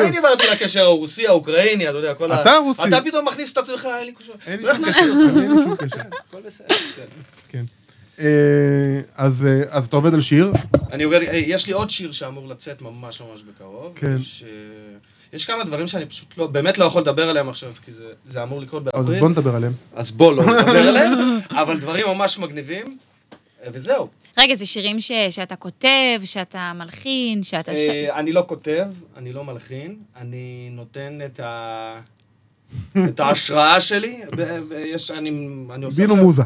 F: אני דיברתי על הקשר הרוסי, האוקראיני, אתה יודע, כל ה...
A: אה, אתה רוסי.
F: אתה פתאום מכניס את עצמך, אין לי קשר.
A: אין לי שום קשר, אין לי שום קשר.
F: הכל בסדר, כן.
A: כן. אה, אז אה, אז אתה עובד על שיר,
F: אני עובד, אה, יש לי עוד שיר שאמור לצאת ממש ממש בקרוב.
A: כן.
F: יש, אה, יש כמה דברים שאני פשוט לא, באמת לא יכול לדבר עליהם עכשיו, כי זה, זה אמור לקרות
A: אז
F: באפריל.
A: בוא נדבר עליהם.
F: אז בוא לא נדבר עליהם, אבל דברים ממש מגניבים. אה, וזהו.
B: רגע, זה שירים ש, שאתה כותב, שאתה מלחין, שאתה... ש...
F: אה, אני לא כותב, אני לא מלחין, אני נותן את ה... את ההשראה שלי, ב- ב- יש, אני, אני עושה
G: בינו מוזה.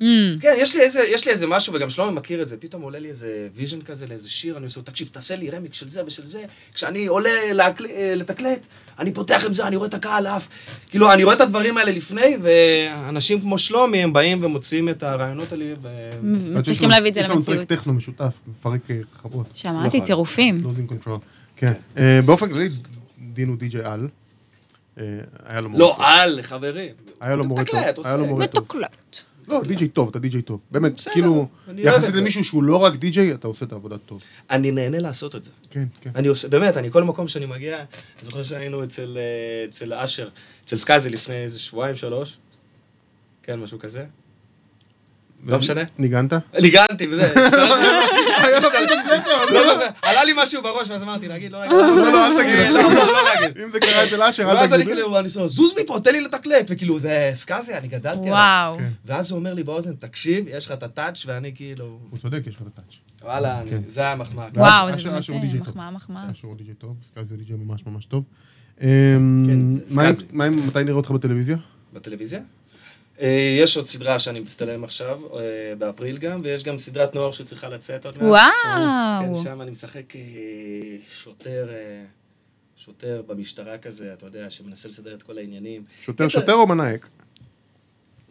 B: Mm,
F: כן, יש לי, איזה, יש לי איזה משהו, וגם שלומי מכיר את זה, פתאום עולה לי איזה ויז'ן כזה לאיזה שיר, אני עושה, לו, תקשיב, תעשה לי רמיק של זה ושל זה, כשאני עולה להקל... אה, לתקלט, אני פותח עם זה, אני רואה את הקהל עף. כאילו, אני רואה את הדברים האלה לפני, ואנשים כמו שלומי, הם באים ומוציאים את הרעיונות האלה, ו...
A: אז יש
B: צריכים
A: לנו-
B: להביא את זה
A: יש לנו
B: למציאות.
A: טרק טכנו משותף, מפרק אה, חוות.
B: שמעתי
F: נכון.
B: טירופים.
A: לוזינג קונטרול. כן. אה, באופן כללי, דין הוא די.ג'יי על. אה, היה לו מורה
F: לא,
A: טוב.
F: על, חברים.
A: היה לו מורה טוב.
F: תקלט, עושה.
A: היה לו מורה טוב.
B: מתוקלט.
A: לא, די.ג'יי טוב, אתה די.ג'יי טוב. באמת,
F: בסדר,
A: כאילו,
F: אני אוהב את
A: יחסית
F: זה.
A: למישהו שהוא לא רק די.ג'יי, אתה עושה את העבודה טוב.
F: אני נהנה לעשות את זה.
A: כן, כן.
F: אני עושה, באמת, אני כל מקום שאני מגיע, אני זוכר שהיינו אצל, אה, אצל אשר, אצל סקאזי לפני איזה שבועיים, שלוש. כן, משהו כזה. לא משנה.
A: אה, ניגנת?
F: ניגנתי וזה, השתלטתי. לא זוכר, עלה לי משהו בראש, ואז אמרתי, להגיד, לא להגיד.
A: לא, לא, אל תגיד.
F: אה, לא, לא, לא להגיד.
A: אם זה קרה אצל אשר, אל
F: ואז אני
A: תגיד.
F: כאילו, אני שואל, זוז מפה, תן לי לתקלט. וכאילו, זה סקאזי, אני גדלתי עליו.
B: וואו.
F: ואז הוא אומר לי באוזן, תקשיב, יש לך את הטאץ', ואני כאילו,
A: הוא צודק, יש לך את הטאץ'.
F: וואלה, אני- זה היה מחמאה.
B: וואו,
A: אשר-
B: זה
A: אשר הוא
B: באמת
A: די.ג'יי
B: אה,
A: טוב.
B: מחמאה, מחמאה.
A: אשר הוא די.ג'יי טוב, סקאזי הוא די.ג'יי ממש ממש טוב. אה,
F: כן, זה
A: מה עם-
F: סקאזי.
A: מה עם, מתי נראה אותך בטלוויזיה?
F: בטלוויזיה. אה, יש עוד סדרה שאני מצטלם עכשיו, אה, באפריל גם, ויש גם סדרת נוער שצריכה לצאת עוד מעט.
B: וואו.
F: כן, שם אני משחק אה, שוטר, אה, שוטר במשטרה כזה, אתה יודע, שמנסה לסדר את כל העניינים.
A: שוטר
F: קיצר,
A: שוטר או מנהק?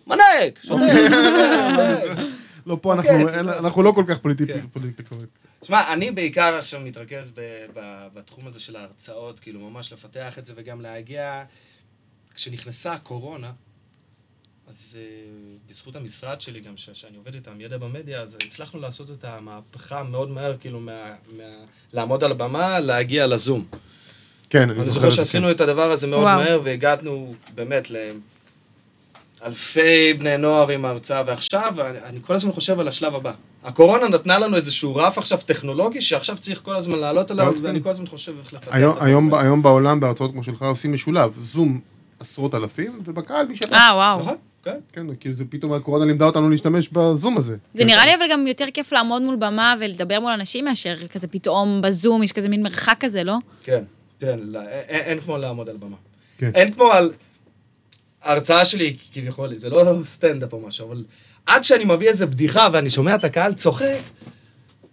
F: מנהג, שוטר. מנהג.
A: לא, פה
F: אוקיי,
A: אנחנו-
F: זה-
A: אין-
F: זה-
A: אנחנו לא כל כך פוליטי-
F: כן.
A: פוליטיקלי קורקט.
F: שמע, אני בעיקר עכשיו מתרכז ב- ב- בתחום הזה של ההרצאות, כאילו ממש לפתח את זה וגם להגיע... כשנכנסה הקורונה, אז אה, בזכות המשרד שלי גם, ש- שאני עובד איתם, ידע במדיה, אז הצלחנו לעשות את המהפכה מאוד מהר, כאילו, מה- מה- לעמוד על הבמה, להגיע לזום.
A: כן, אני
F: אני
A: זוכר
F: זוכר
A: את זה. כן.
F: שעשינו את הדבר הזה מאוד
B: וואו.
F: מהר, והגענו באמת לאלפי בני נוער עם ההרצאה, ועכשיו אני אני כל הזמן חושב על השלב הבא. הקורונה נתנה לנו איזשהו רף עכשיו טכנולוגי, שעכשיו צריך כל הזמן לעלות עליו,
A: מאוד,
F: ואני
A: כן.
F: כל הזמן חושב איך לפתח את
A: היום-
F: הדברים
A: היום ב-
F: האלה.
A: היום בעולם, בהרצאות כמו שלך, עושים משולב, זום עשרות אלפים, ובקהל מי שבא.
B: אה, וואו.
F: נכון, כן.
A: כן, כאילו זה פתאום הקורונה לימדה אותנו להשתמש בזום הזה. כן.
B: זה
F: כן.
B: נראה לי אבל גם יותר כיף לעמוד מול במה ולדבר מול אנשים מאשר כזה פתאום בזום, יש כזה מין מרחק כזה, לא?
F: כן, כן, לא, א- א- אין כמו לעמוד על במה.
A: כן.
F: אין כמו על... ההרצאה שלי, כביכול, זה לא סטנדאפ או משהו, אבל עד שאני מביא איזה בדיחה ואני שומע את הקהל צוחק,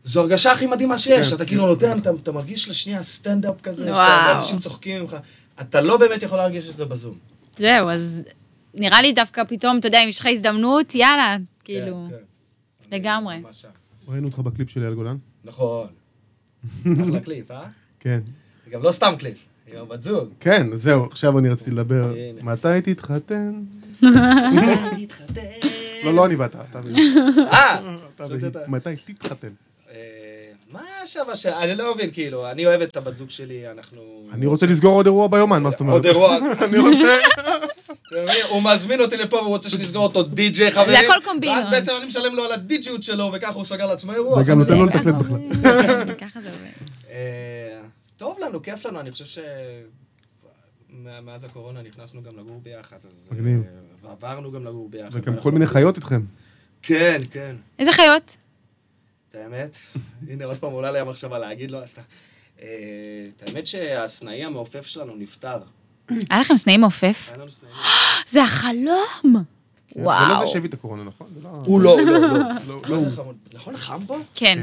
F: זו הרגשה הכי מדהימה שיש.
A: כן,
F: אתה כאילו נותן, אתה- אתה מרגיש לשנייה סטנדאפ כזה, שאתה-
B: וואו.
F: אנשים צוחקים ממך. אתה לא באמת יכול להרגיש את זה בזום.
B: זהו, אז נראה לי דווקא פתאום, אתה יודע, אם יש לך הזדמנות, יאללה, כאילו,
F: כן, כן.
B: לגמרי.
F: אני ממש שם.
A: ראינו אותך בקליפ של אייל גולן?
F: נכון. אחלה קליפ, אה?
A: כן.
F: זה גם לא סתם קליפ, היא גם בת זוג.
A: כן, זהו, עכשיו אני רציתי לדבר.
F: אה, הנה.
A: מתי תתחתן?
B: אה.
F: תתחתן.
A: לא, לא אני ואתה, אתה והיא.
F: אה!
A: אתה
F: זאת
A: והיא.
F: הייתה-
A: מתי תתחתן?
F: אה, מה שווה ש... אני לא מבין, כאילו, אני אוהב את הבת זוג שלי, אנחנו...
A: אני רוצה לסגור עוד אירוע ביומן, מה זאת אומרת?
F: עוד אירוע.
A: אני רוצה...
F: אתה מבין? הוא מזמין אותי לפה והוא רוצה שנסגור אותו די-ג'יי, חברים.
B: הכל קומבינות.
F: ואז בעצם אני משלם לו על הדי-ג'יות שלו, וככה הוא סגר לעצמו אירוע.
A: וגם נותן לו
B: ככה
A: לתקלט בכלל.
B: עובד. כן, ככה זה עובד.
F: אה, טוב לנו, כיף לנו, אני חושב ש... מה- מאז הקורונה נכנסנו גם לגור ביחד, אז... אה,
A: מגניב.
F: ועברנו גם לגור ביחד.
A: וגם
F: ואנחנו-
A: כל מיני חיות איתכם.
F: כן, כן.
B: איזה חיות?
F: את האמת, הנה עוד פעם עולה לי המחשבה להגיד, לא, אז אתה... אה, את האמת שהסנאי המעופף שלנו נפטר.
B: היה לכם סנאי מעופף?
F: היה לנו סנאי
B: זה החלום!
A: זה לא זה
B: וואו.
A: שהביא את הקורונה, נכון? זה לא-
F: הוא לא, הוא לא, הוא
A: לא,
F: לא.
A: לא הוא.
F: נכון, חם פה?
B: כן,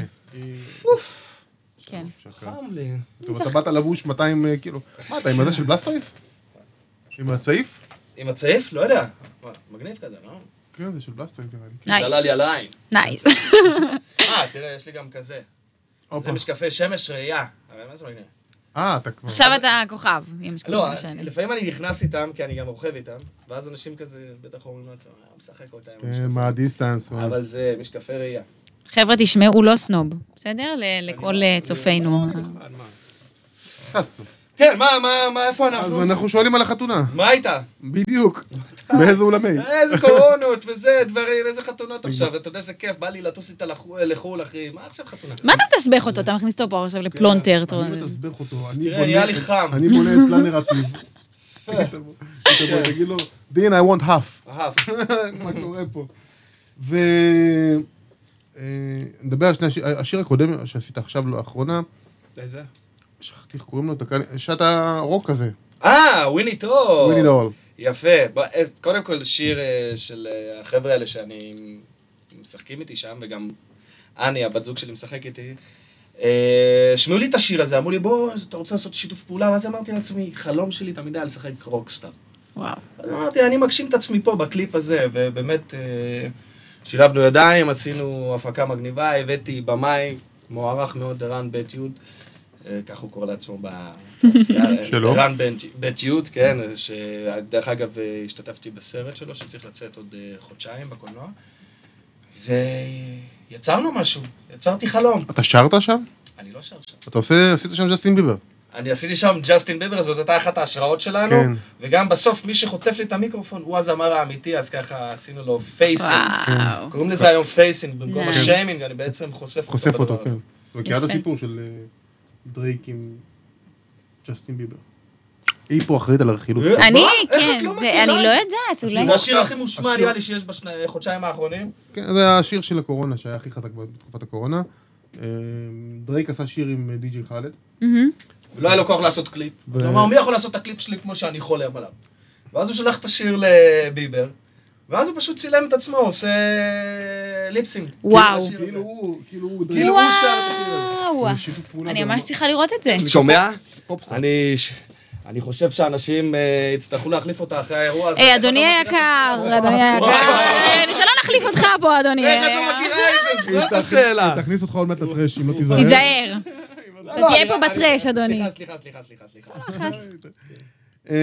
B: כן.
F: חם לי.
A: טוב, אתה באת לבוש 200 אה, קילו. מה אתה, עם הזה של בלסטויף? עם הצעיף?
F: עם הצעיף? לא יודע. מה, מגניב כזה, לא?
A: כן, זה של בלסטויף נראה לי.
B: נייס.
F: עלה לי על העין.
B: נייס.
F: אה, תראה, יש לי גם כזה.
A: הופה.
F: זה משקפי שמש ראייה. אבל מה זה מגניב?
A: אה, אתה כבר...
B: עכשיו אתה כוכב, אם שקוראים
F: לא,
B: לך שאני.
F: לפעמים אני נכנס איתם, כי אני גם רוכב איתם, ואז אנשים כזה בטח אומרים לעצמם, "אה, משחק אותה עם
A: כן,
F: המשקפיים."
A: מה הדיסטנס? מה-
F: אבל זה משקפי ראייה.
B: חבר'ה, תשמעו, לא סנוב, בסדר? ל- לכל אה, צופינו.
F: על מה?
A: קצצנו.
F: כן, מה, מה, מה, איפה
A: אז
F: אנחנו?
A: אנחנו שואלים על החתונה.
F: מה איתה?
A: בדיוק. באיזה אולמי?
F: איזה קורונות וזה, דברים, איזה חתונות עכשיו, אתה יודע איזה כיף, בא לי לטוס איתה לחו- לחו"ל, אחי, מה עכשיו חתונה?
B: מה אתה מתסבך אותו? אתה מכניס אותו פה עכשיו לפלונטר. אתה-
A: אני מתסבך אותו. אני
F: תראה,
A: בונה-
F: נהיה לי חם.
A: אני בונה אצלה נרטיב.
F: כן.
A: תבוא, תגיד לו, דין, I want half.
F: אהב.
A: מה קורה פה? ו... אה, נדבר על שני השיר, השיר הקודם שעשית עכשיו, לאחרונה,
F: איזה?
A: שכחתי איך קוראים לו, אתה כאן- שעת הרוק הזה,
F: אה, וויני טוב.
A: וויני דאול.
F: יפה. בוא, אה, קודם כל שיר אה, של אה, החבר'ה האלה שאני משחקים איתי שם, וגם אני, הבת זוג שלי, משחק איתי. אה, שמעו לי את השיר הזה, אמרו לי, בוא, אתה רוצה לעשות שיתוף פעולה? ואז אמרתי לעצמי, חלום שלי תמיד היה לשחק רוקסטאר.
B: וואו.
F: אז אמרתי, אני מגשים את עצמי פה בקליפ הזה, ובאמת אה, שילבנו ידיים, עשינו הפקה מגניבה, הבאתי במאי, מוערך מאוד ערן בית יוד, אה, כך הוא קורא לעצמו בתעשייה, אה,
A: שלו?
F: ערן בן- בית יוד, כן, שדרך אגב אה, השתתפתי בסרט שלו, שצריך לצאת עוד אה, חודשיים בקולנוע, ויצרנו משהו, יצרתי חלום.
A: אתה שרת שם?
F: אני לא שר שם.
A: אתה עושה, עשית שם ג'סטין ביבר.
F: אני עשיתי שם ג'סטין ביבר, זאת הייתה אחת ההשראות שלנו,
A: כן.
F: וגם בסוף מי שחוטף לי את המיקרופון הוא הזמר האמיתי, אז ככה עשינו לו פייסינג.
B: וואו.
F: קוראים לזה היום פייסינג, במקום
B: Nice.
F: השיימינג, אני בעצם חושף
A: כן.
F: אותו.
A: חושף אותו,
F: בדבר
A: כן.
F: הזה.
A: מכירה את
B: יפה.
A: הסיפור של אה, דרייק עם ג'סטין ביבר. היא פה אחראית על הרכילות.
F: אה,
B: אני,
F: מה? איך את
B: כן,
F: לא
B: זה-
F: מכירה
B: אני
F: את
B: לא
F: זה?
B: יודעת, אולי...
F: זה השיר הכי מושמע
A: השיר.
F: נראה לי שיש בחודשיים האחרונים.
A: כן, זה השיר של הקורונה, שהיה הכי חזק בתקופת הקורונה. אה, דרייק עשה שיר עם אה, די.ג'י חאלד.
B: מהמם.
F: לא היה לו כוח לעשות קליפ.
A: ו-
F: אז הוא אמר, מי יכול לעשות את הקליפ שלי כמו שאני חולם עליו? ואז הוא שלח את השיר לביבר, ואז הוא פשוט צילם את עצמו, עושה ליפסינג.
B: וואו.
F: לשיר הזה.
A: כאילו הוא, כאילו הוא,
F: כאילו הוא שר את השיר הזה.
B: וואו.
A: זה שיתוף פעולה
B: אני
A: ברמה.
B: ממש צריכה לראות את זה.
F: שומע?
A: פופסטאר.
F: אני, אני חושב שאנשים אה, יצטרכו להחליף אותה אחרי האירוע הזה.
B: היי,
F: איך את לא
B: אה, אדוני
F: מכירה את
B: היקר,
F: השיר הזה?
B: אדוני היקר.
F: וואו.
B: אה, שלא נחליף אותך פה, אדוני.
F: איך את לא מכירה את זה? זאת השאלה.
A: תכניס אותך עוד מעט לטרש, אם לא תיזהר.
B: תיזהר.
F: אתה
B: תהיה פה
F: לא-
B: בטרש, אדוני.
F: סליחה, סליחה, סליחה, סליחה.
A: אמ,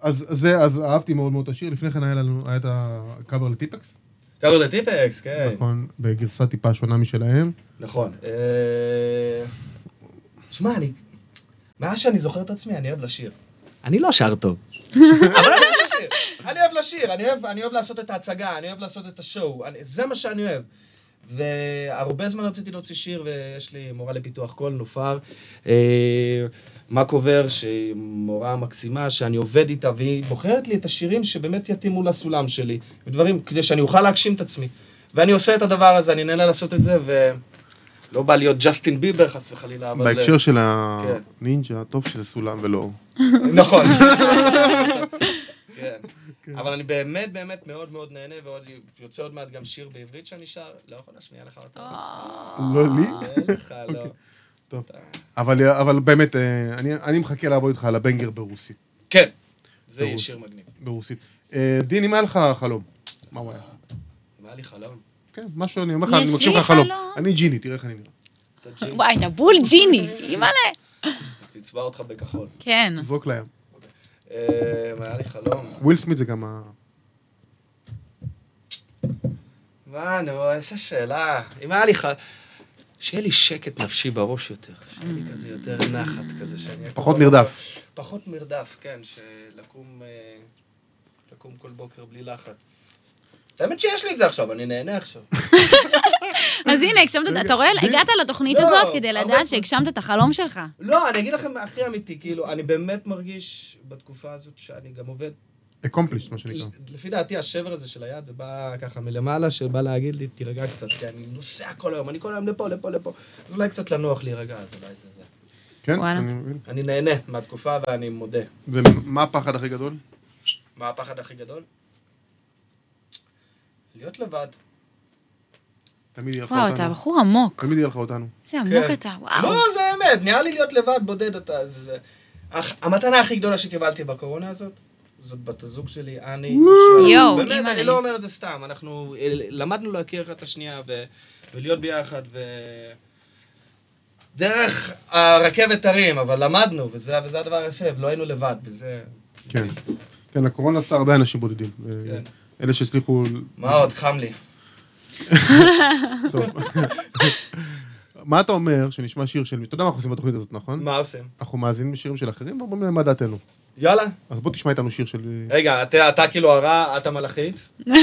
A: אז אז זה, אז אהבתי מאוד מאוד את השיר. לפני כן היה לנו, היה את הקאבר לטיפקס,
F: קבר לטיפקס, כן.
A: נכון? בגרסה טיפה שונה משלהם.
F: נכון. אה, שמע, אני... מאז שאני זוכר את עצמי, אני אוהב לשיר. אני לא שר טוב. אבל אני אוהב לשיר. אני אוהב לשיר, אני אוהב- אני אוהב לעשות את ההצגה, אני אוהב לעשות את השואו, אני- זה מה שאני אוהב. והרבה זמן רציתי להוציא שיר, ויש לי מורה לפיתוח קול, נופר. אה, מה קובר, שהיא מורה מקסימה, שאני עובד איתה, והיא בוחרת לי את השירים שבאמת יתאימו לסולם שלי, ודברים, כדי שאני אוכל להגשים את עצמי. ואני עושה את הדבר הזה, אני נהנה לעשות את זה, ולא בא להיות ג'סטין ביבר, חס וחלילה, אבל...
A: בהקשר של
F: כן.
A: הנינג'ה, טוב שזה סולם ולא אור.
F: נכון. כן. אבל אני באמת באמת מאוד מאוד נהנה, ועוד יוצא עוד מעט גם שיר בעברית שאני שר, לא יכול להשמיע לך אותו. אה,
A: לא לי?
F: אין לך, לא.
A: טוב. אבל אבל באמת, אה, אני- אני מחכה לעבוד איתך על הבנגר ברוסית.
F: כן. זה יהיה שיר מגניב.
A: ברוסית. אה, דין, אם היה לך חלום, מה הוא היה?
F: אם היה לי חלום.
A: כן, משהו, אני אומר לך,
B: יש
A: אני מקשיב
B: לי
A: לך חלום.
B: חלום.
A: אני ג'יני, תראה איך אני נראה.
F: אתה ג'ים,
B: וואי, אתה בול ג'יני. אימא'לה.
F: תצבע אותך בכחול.
B: כן.
A: זרוק לים.
F: אה, אם היה לי חלום.
A: וויל סמית זה גם ה...
F: מה, נו, איזה שאלה. אם היה לי ח... שיהיה לי שקט נפשי בראש יותר. שיהיה לי כזה יותר נחת כזה שאני... אקום
A: פחות
F: בבוקר.
A: מרדף.
F: פחות מרדף, כן, שלקום... אה, לקום כל בוקר בלי לחץ. האמת שיש לי את זה עכשיו, אני נהנה עכשיו.
B: אז הנה, הגשמת, את- אתה רואה, הגעת לתוכנית
F: לא,
B: הזאת כדי
F: הרבה-
B: לדעת שהגשמת את החלום שלך.
F: לא, אני אגיד לכם הכי אמיתי, כאילו, אני באמת מרגיש בתקופה הזאת שאני גם עובד
A: אקומפלישט, מה שנקרא.
F: לפי דעתי, השבר הזה של היד, זה בא ככה מלמעלה, שבא להגיד לי, תירגע קצת, כי אני נוסע כל היום, אני כל היום לפה, לפה, לפה. אז אולי קצת לנוח להירגע, אז אולי זה זה.
A: כן?
B: וואלה.
A: אני מבין.
F: אני נהנה מהתקופה ואני מודה.
A: ומה הפחד הכי גדול?
F: מה הפחד הכי גדול? להיות לבד.
A: תמיד יהיה לך
B: וואו, אתה
A: אותנו.
B: בחור עמוק.
A: תמיד יהיה לך אותנו.
B: איזה עמוק
F: כן.
B: אתה, וואו.
F: לא, זה האמת, נראה לי להיות לבד, בודד אתה. זה- זה- אך- המתנה הכי גדולה שקיבלתי בקורונה הזאת, זאת בת הזוג שלי, אני.
B: יואו,
F: באמת,
B: אימא'לה.
F: אני לא אומר את זה סתם, אנחנו אה, למדנו להכיר אחד את השנייה ו- ולהיות ביחד, ו... דרך הרכבת הרים, אבל למדנו, וזה, וזה הדבר היפה, ולא היינו לבד, וזה...
A: כן. כן, הקורונה עשתה הרבה אנשים בודדים. אה,
F: כן.
A: אלה שהצליחו...
F: מה עוד, חם לי.
A: טוב. מה אתה אומר שנשמע שיר של... אתה יודע מה אנחנו עושים בתוכנית הזאת, נכון?
F: מה עושים?
A: אנחנו מאזינים לשירים של אחרים ואומרים להם מה דעתנו.
F: יאללה.
A: אז בוא תשמע איתנו שיר של...
F: רגע, אתה, אתה כאילו הרע, את המלאכית, ואני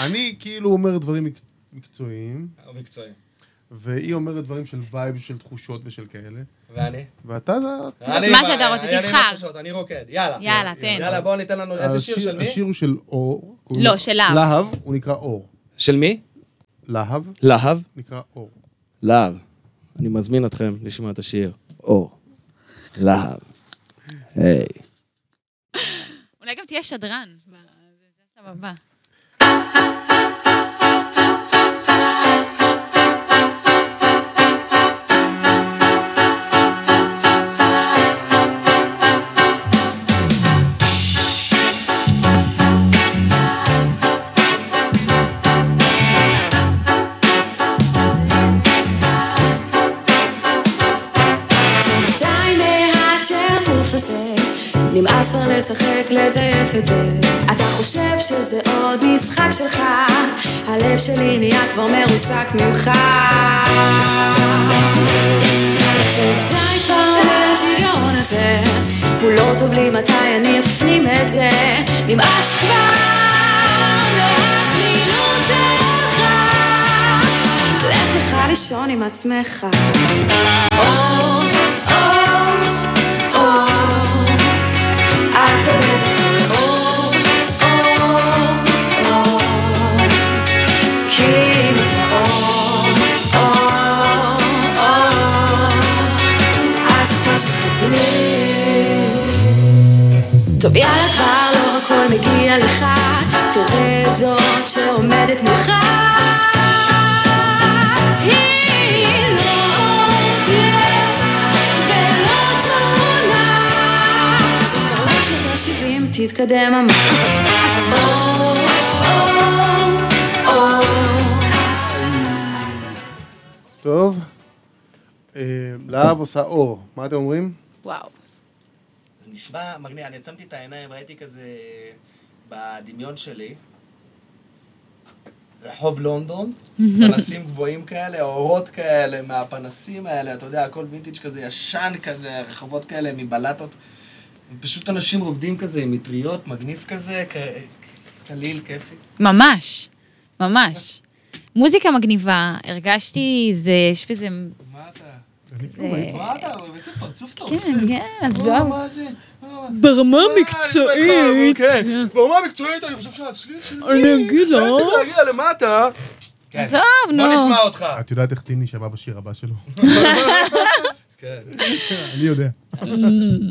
A: אני כאילו אומר דברים מק- מקצועיים,
F: המקצועי.
A: והיא אומרת דברים של וייב, של תחושות ושל כאלה,
F: ואני?
A: ואתה...
F: אני-
B: מה שאתה רוצה,
F: אני- אני
B: תבחר.
F: בחושות, אני רוקד, יאללה. כן.
B: יאללה, תן.
F: יאללה, בואו ניתן לנו, איזה שיר
A: השיר-
F: של מי?
A: השיר הוא של אור.
B: לא, של להב.
A: להב, הוא נקרא אור.
F: של מי?
A: להב,
F: להב?
A: נקרא אור.
F: להב. אני מזמין אתכם לשמוע את השיר. או. להב. היי.
B: אולי גם תהיה שדרן. ב- זה- זה השלב הבא.
E: די מהטירוף הזה, נמאס כבר לשחק, לזייף את זה. אתה חושב שזה עוד משחק שלך, הלב שלי נהיה כבר מרוסק ממך. טוב, די כבר מהשיגעון הזה, הוא לא טוב לי מתי אני אפנים את זה. נמאס כבר מהפנינות שלך, לך לך לישון עם עצמך. טוב יאללה כבר לא הכל מגיע לך, תראה את זאת שעומדת מולך היא לא אובייקט ולא תמונה. זה כבר לא שנות ה-שבעים, תתקדם אמר. או, או, או.
A: טוב. אה, להב עושה אור, מה אתם אומרים?
B: וואו.
F: זה נשמע מגניב, אני עצמתי את העיניים, ראיתי כזה בדמיון שלי. רחוב לונדון, פנסים גבוהים כאלה, אורות כאלה, מהפנסים האלה, אתה יודע, הכל וינטג' כזה ישן כזה, רחובות כאלה מבלטות. פשוט אנשים רוקדים כזה עם מטריות, מגניב כזה, כ- קליל, כיפי.
B: ממש. ממש. מוזיקה מגניבה, הרגשתי, זה, יש בזה...
F: מה אתה?
B: זה-
F: מה אתה? איזה פרצוף אתה
B: כן,
F: עושה?
B: כן, עזוב.
F: מה זה? אה,
B: ברמה
F: כן, ברמה המקצועית אני חושב שהצליח שלי.
B: אני אגיד לו.
F: אני צריך להגיע למטה.
B: עזוב, נו.
F: בוא לא נשמע אותך.
A: את יודעת איך טיני שמע בשיר הבא שלו?
F: כן.
A: אני יודע.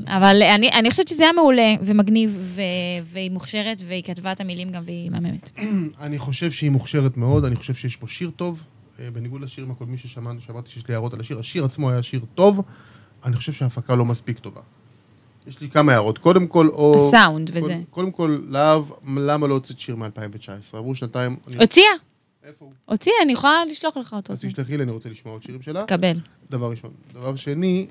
B: אבל אני, אני חושבת שזה היה מעולה ומגניב, ו, והיא מוכשרת, והיא כתבה את המילים גם, והיא מהממת.
A: אני חושב שהיא מוכשרת מאוד, אני חושב שיש פה שיר טוב. אה, בניגוד לשירים הקודמים ששמענו, שאמרתי שיש לי הערות על השיר, השיר עצמו היה שיר טוב, אני חושב שההפקה לא מספיק טובה. יש לי כמה הערות. קודם כל, או...
B: הסאונד
A: קוד-
B: וזה.
A: קודם כל, להב, למה לא הוצאת שיר מ-2019? עברו שנתיים... אני-
B: הוציאה,
A: איפה הוא?
B: הוציאה, אני יכולה לשלוח לך אותו.
A: אז תשלחי לי, אני רוצה לשמוע עוד שירים שלה.
B: תקבל.
A: דבר ראשון. דבר שני,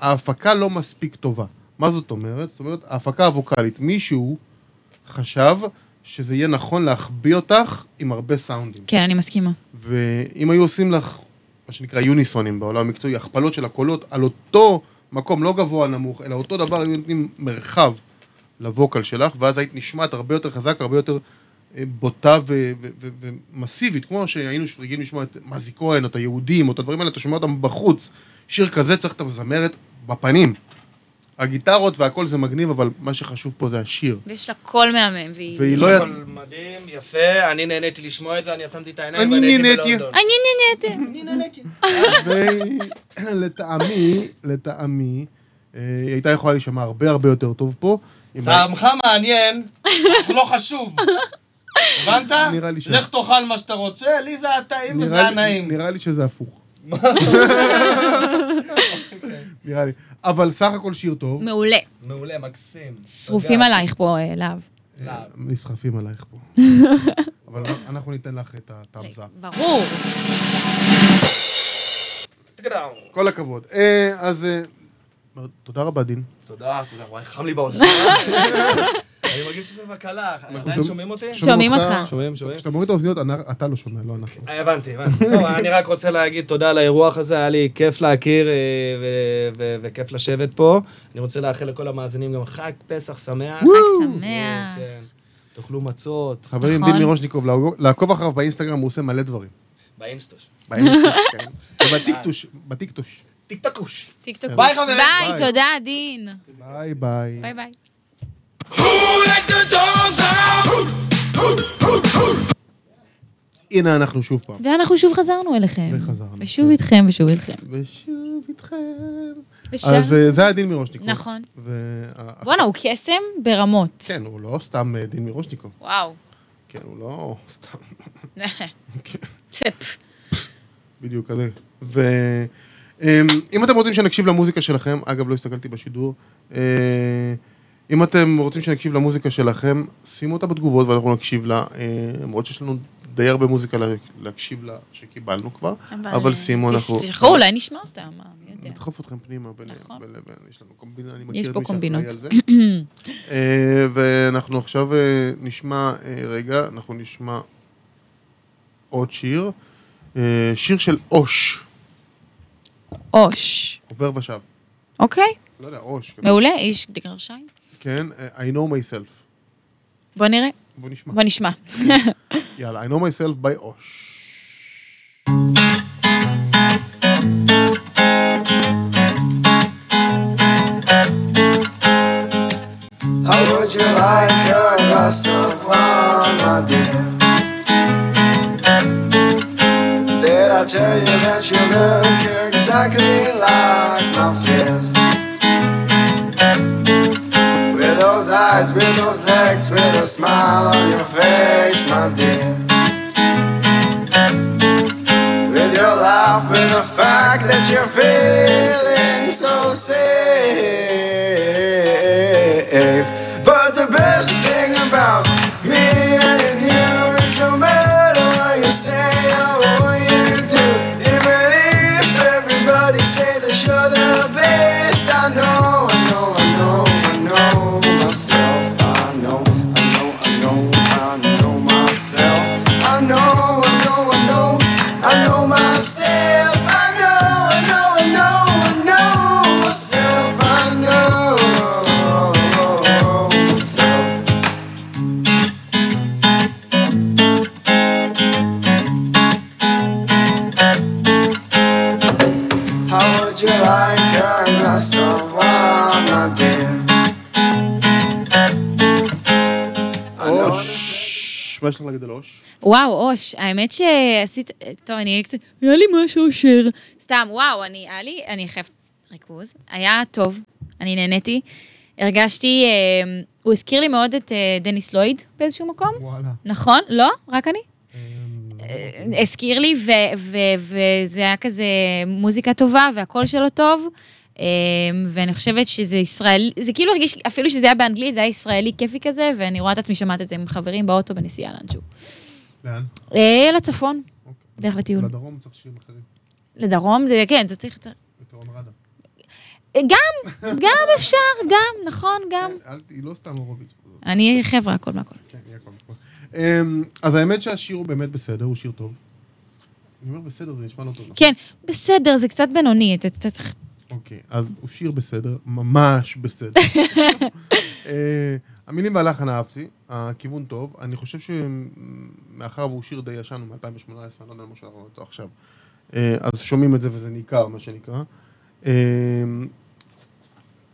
A: ההפקה לא מספיק טובה. מה זאת אומרת? זאת אומרת, ההפקה הווקאלית. מישהו חשב שזה יהיה נכון להחביא אותך עם הרבה סאונדים.
B: כן, אני מסכימה.
A: ואם היו עושים לך, מה שנקרא יוניסונים בעולם המקצועי, הכפלות של הקולות על אותו מקום, לא גבוה נמוך, אלא אותו דבר, היו נותנים מרחב לווקל שלך, ואז היית נשמעת הרבה יותר חזק, הרבה יותר אה, בוטה ו- ו- ו- ומסיבית, כמו שהיינו רגילים לשמוע את מזי כהן, או את היהודים, או את הדברים האלה, אתה שומע אותם בחוץ. שיר כזה צריך את המזמרת בפנים. הגיטרות והכל זה מגניב, אבל מה שחשוב פה זה השיר.
B: ויש לה קול מהמם, והיא...
A: והיא לא... יד-
F: הכל מדהים, יפה, אני נהניתי לשמוע את זה, אני עצמתי את העיניים
A: אני
F: ואני הייתי
A: נהניתי.
F: בלונדון.
B: אני נהניתי.
F: אני נהניתי.
A: ולטעמי, לטעמי, אה, היא הייתה יכולה להישמע הרבה הרבה יותר טוב פה. אם
F: טעמך מעניין, אך לא חשוב. הבנת?
A: נראה לי ש-
F: לך תאכל מה שאתה רוצה, לי זה היה טעים וזה
A: נראה
F: היה
A: לי-
F: נעים.
A: נראה לי שזה הפוך. נראה לי. אבל סך הכל שיר טוב.
B: מעולה.
F: מעולה, מקסים.
B: שרופים
A: אוקיי.
B: עלייך פה, אה, להב.
A: אה, נסחפים עלייך פה. אבל אנחנו ניתן לך את הטאמז אפ.
B: ברור.
F: תודה,
A: כל הכבוד. אה, אז אה, תודה רבה, דין.
F: תודה, תודה, וואי, חם לי באוזן. אני מרגיש שזה בקלה, עדיין
A: שומע-
F: שומעים אותי?
B: שומעים אותך.
F: שומעים, שומעים.
A: כשאתה מוריד את האוזניות, אנ- אתה לא שומע, לא אנחנו.
F: אה, הבנתי, הבנתי. טוב, אני רק רוצה להגיד תודה על האירוח הזה, היה לי כיף להכיר אה, ו- ו- וכיף לשבת פה. אני רוצה לאחל לכל המאזינים גם חג פסח שמח.
B: חג שמח.
A: אוקיי.
F: כן. תאכלו מצות.
A: חברים,
B: נכון.
A: דין מירושניקוב, לעקוב- לעקוב אחריו באינסטגרם, הוא עושה מלא דברים.
F: באינסטוש.
A: באינסטוש, כן. ובטיקטוש, בטיקטוש.
F: טיקטקוש.
B: טיקטוק.
F: ביי, חברים.
B: ביי,
A: ביי.
B: תודה, דין.
A: ביי ביי.
B: ביי ביי.
A: הנה אנחנו שוב פעם.
B: ואנחנו שוב חזרנו אליכם.
A: וחזרנו.
B: ושוב איתכם ושוב איתכם.
A: ושוב איתכם.
B: ושם-
A: אז אה, זה היה דין מירושניקוב.
B: נכון.
A: וה-
B: בואנה, הוא קסם ברמות.
A: כן, הוא לא סתם אה, דין מירושניקוב.
B: וואו.
A: כן, הוא לא סתם. כן.
B: צפ.
A: בדיוק, כזה. ו... אמ, אם אתם רוצים שנקשיב למוזיקה שלכם, אגב, לא הסתכלתי בשידור, אה, אם אתם רוצים שנקשיב למוזיקה שלכם, שימו אותה בתגובות ואנחנו נקשיב לה, אה, למרות שיש לנו די הרבה מוזיקה לה- להקשיב לה שקיבלנו כבר, אבל
B: אה,
A: שימו, אנחנו...
B: תשכחו, אולי נשמע אותה, מה, מי יודע.
A: נדחוף אתכם פנימה בין
B: נכון.
A: בין לבין, יש לנו קומבינה, אני
B: יש
A: מכיר את
B: פה
A: מי שאחראי
B: קומבינות.
A: על זה. אה, ואנחנו עכשיו אה, נשמע, אה, רגע, אנחנו נשמע עוד שיר, אה, שיר של אוש,
B: אוש.
A: עובר ושב.
B: אוקיי,
A: לא יודע, אוש. כזה.
B: מעולה, איש גרשיים.
A: כן, אה, I know myself.
B: בוא נראה,
A: בוא נשמע.
B: בוא נשמע.
A: יאללה, I know myself by אוש.
G: How would you like a glass of wine, my dear? Did I tell you that you look exactly like my fears? With those eyes, with those legs, with a smile on your face, my dear. With your laugh, with the fact that you're feeling so safe. But the best thing about me and you is no matter what you say or what you do, even if everybody say that you're the best, I know, I know, I know, I know myself, I know, I know, I know, I know myself, I know, I know, I know. I know myself. I know, I know, I know, I know myself. I know myself. How would you like a glass of wine, my dear? I know
A: אוש. מה יש לך להגיד על אוש?
B: וואו, אוש, האמת שעשית... טוב, אני אהיה קצת... היה לי משהו אושר. סתם, וואו, אני... היה לי... אני חייבת... ריכוז. היה טוב, אני נהניתי. הרגשתי... אה, הוא הזכיר לי מאוד את אה, דניס לויד באיזשהו מקום.
A: וואלה.
B: נכון? לא? רק אני? אה, הזכיר לי, ו- ו- וזה היה כזה מוזיקה טובה, והקול שלו טוב, אה, ואני חושבת שזה ישראל, זה כאילו הרגיש, אפילו שזה היה באנגלית, זה היה ישראלי כיפי כזה, ואני רואה את עצמי שומעת את זה עם חברים באוטו בנסיעה לאנשהו.
A: לאן?
B: אה, לצפון, דרך לטיול.
A: אוקיי. לדרום צריך שירים אחרים.
B: לדרום, זה- כן, זה צריך יותר.
A: לטרום רדה.
B: אה, גם, גם אפשר, גם, נכון, גם.
A: אל ת- היא לא סתם הורוביץ.
B: אני חבר'ה, הכל מהכל.
A: כן, היא הכל. אמ, אז האמת שהשיר הוא באמת בסדר, הוא שיר טוב. אני אומר בסדר, זה נשמע לא טוב. נכון?
B: כן, בסדר, זה קצת בינוני, אתה אתה צריך...
A: אוקיי, אז הוא שיר בסדר, ממש בסדר. אה, המילים והלחן אהבתי, הכיוון טוב. אני חושב שמאחר והוא שיר די ישן, הוא מ-2018, אני לא יודע מה שאנחנו אותו עכשיו. אה, אז שומעים את זה וזה ניכר, מה שנקרא. אה,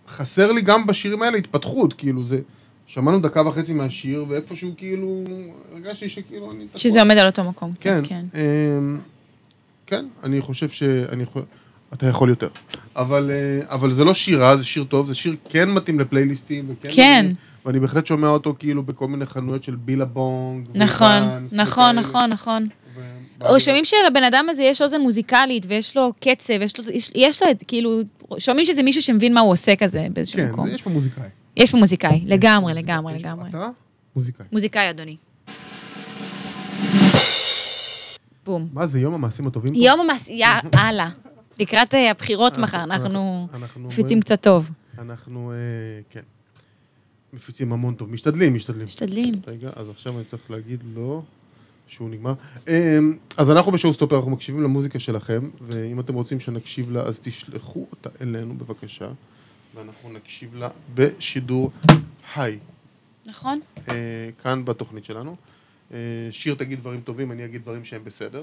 A: חסר לי גם בשירים האלה התפתחות, כאילו זה... שמענו דקה וחצי מהשיר, ואיפשהו כאילו... הרגשתי שכאילו אני... תקוע.
B: שזה עומד על אותו מקום קצת,
A: כן,
B: כן.
A: אמ, כן, אני חושב ש... אני חו- אתה יכול יותר. אבל, אה, אבל זה לא שיר רע, זה שיר טוב, זה שיר כן מתאים לפלייליסטים. וכן
B: כן.
A: מתאים, ואני בהחלט שומע אותו כאילו בכל מיני חנויות של בילה בונג.
B: נכון,
A: ופאנס
B: נכון,
A: וכאלה.
B: נכון, נכון.
A: ו-
B: או שומעים שלבן אדם הזה יש אוזן מוזיקלית, ויש לו קצב, יש לו, יש, יש לו את, כאילו, שומעים שזה מישהו שמבין מה הוא עושה כזה באיזשהו
A: כן,
B: מקום.
A: יש פה מוזיקאי.
B: יש פה מוזיקאי, לגמרי, לגמרי,
A: יש פה-
B: לגמרי.
A: אתה מוזיקאי.
B: מוזיקאי, אדוני. בום.
A: מה זה, יום המעשים הטובים? פה?
B: יום המס... יא- הלאה. לקראת אה, הבחירות מחר, אנחנו
A: אנחנו-
B: קפיצים קצת טוב.
A: אנחנו, אה, כן. מפיצים המון טוב. משתדלים, משתדלים.
B: משתדלים.
A: רגע, אז עכשיו אני צריך להגיד לו שהוא נגמר. אמ, אז אנחנו בשואוסטופר, אנחנו מקשיבים למוזיקה שלכם, ואם אתם רוצים שנקשיב לה, אז תשלחו אותה אלינו בבקשה, ואנחנו נקשיב לה בשידור היי,
B: נכון?
A: אה, כאן בתוכנית שלנו. אה, שיר תגיד דברים טובים, אני אגיד דברים שהם בסדר.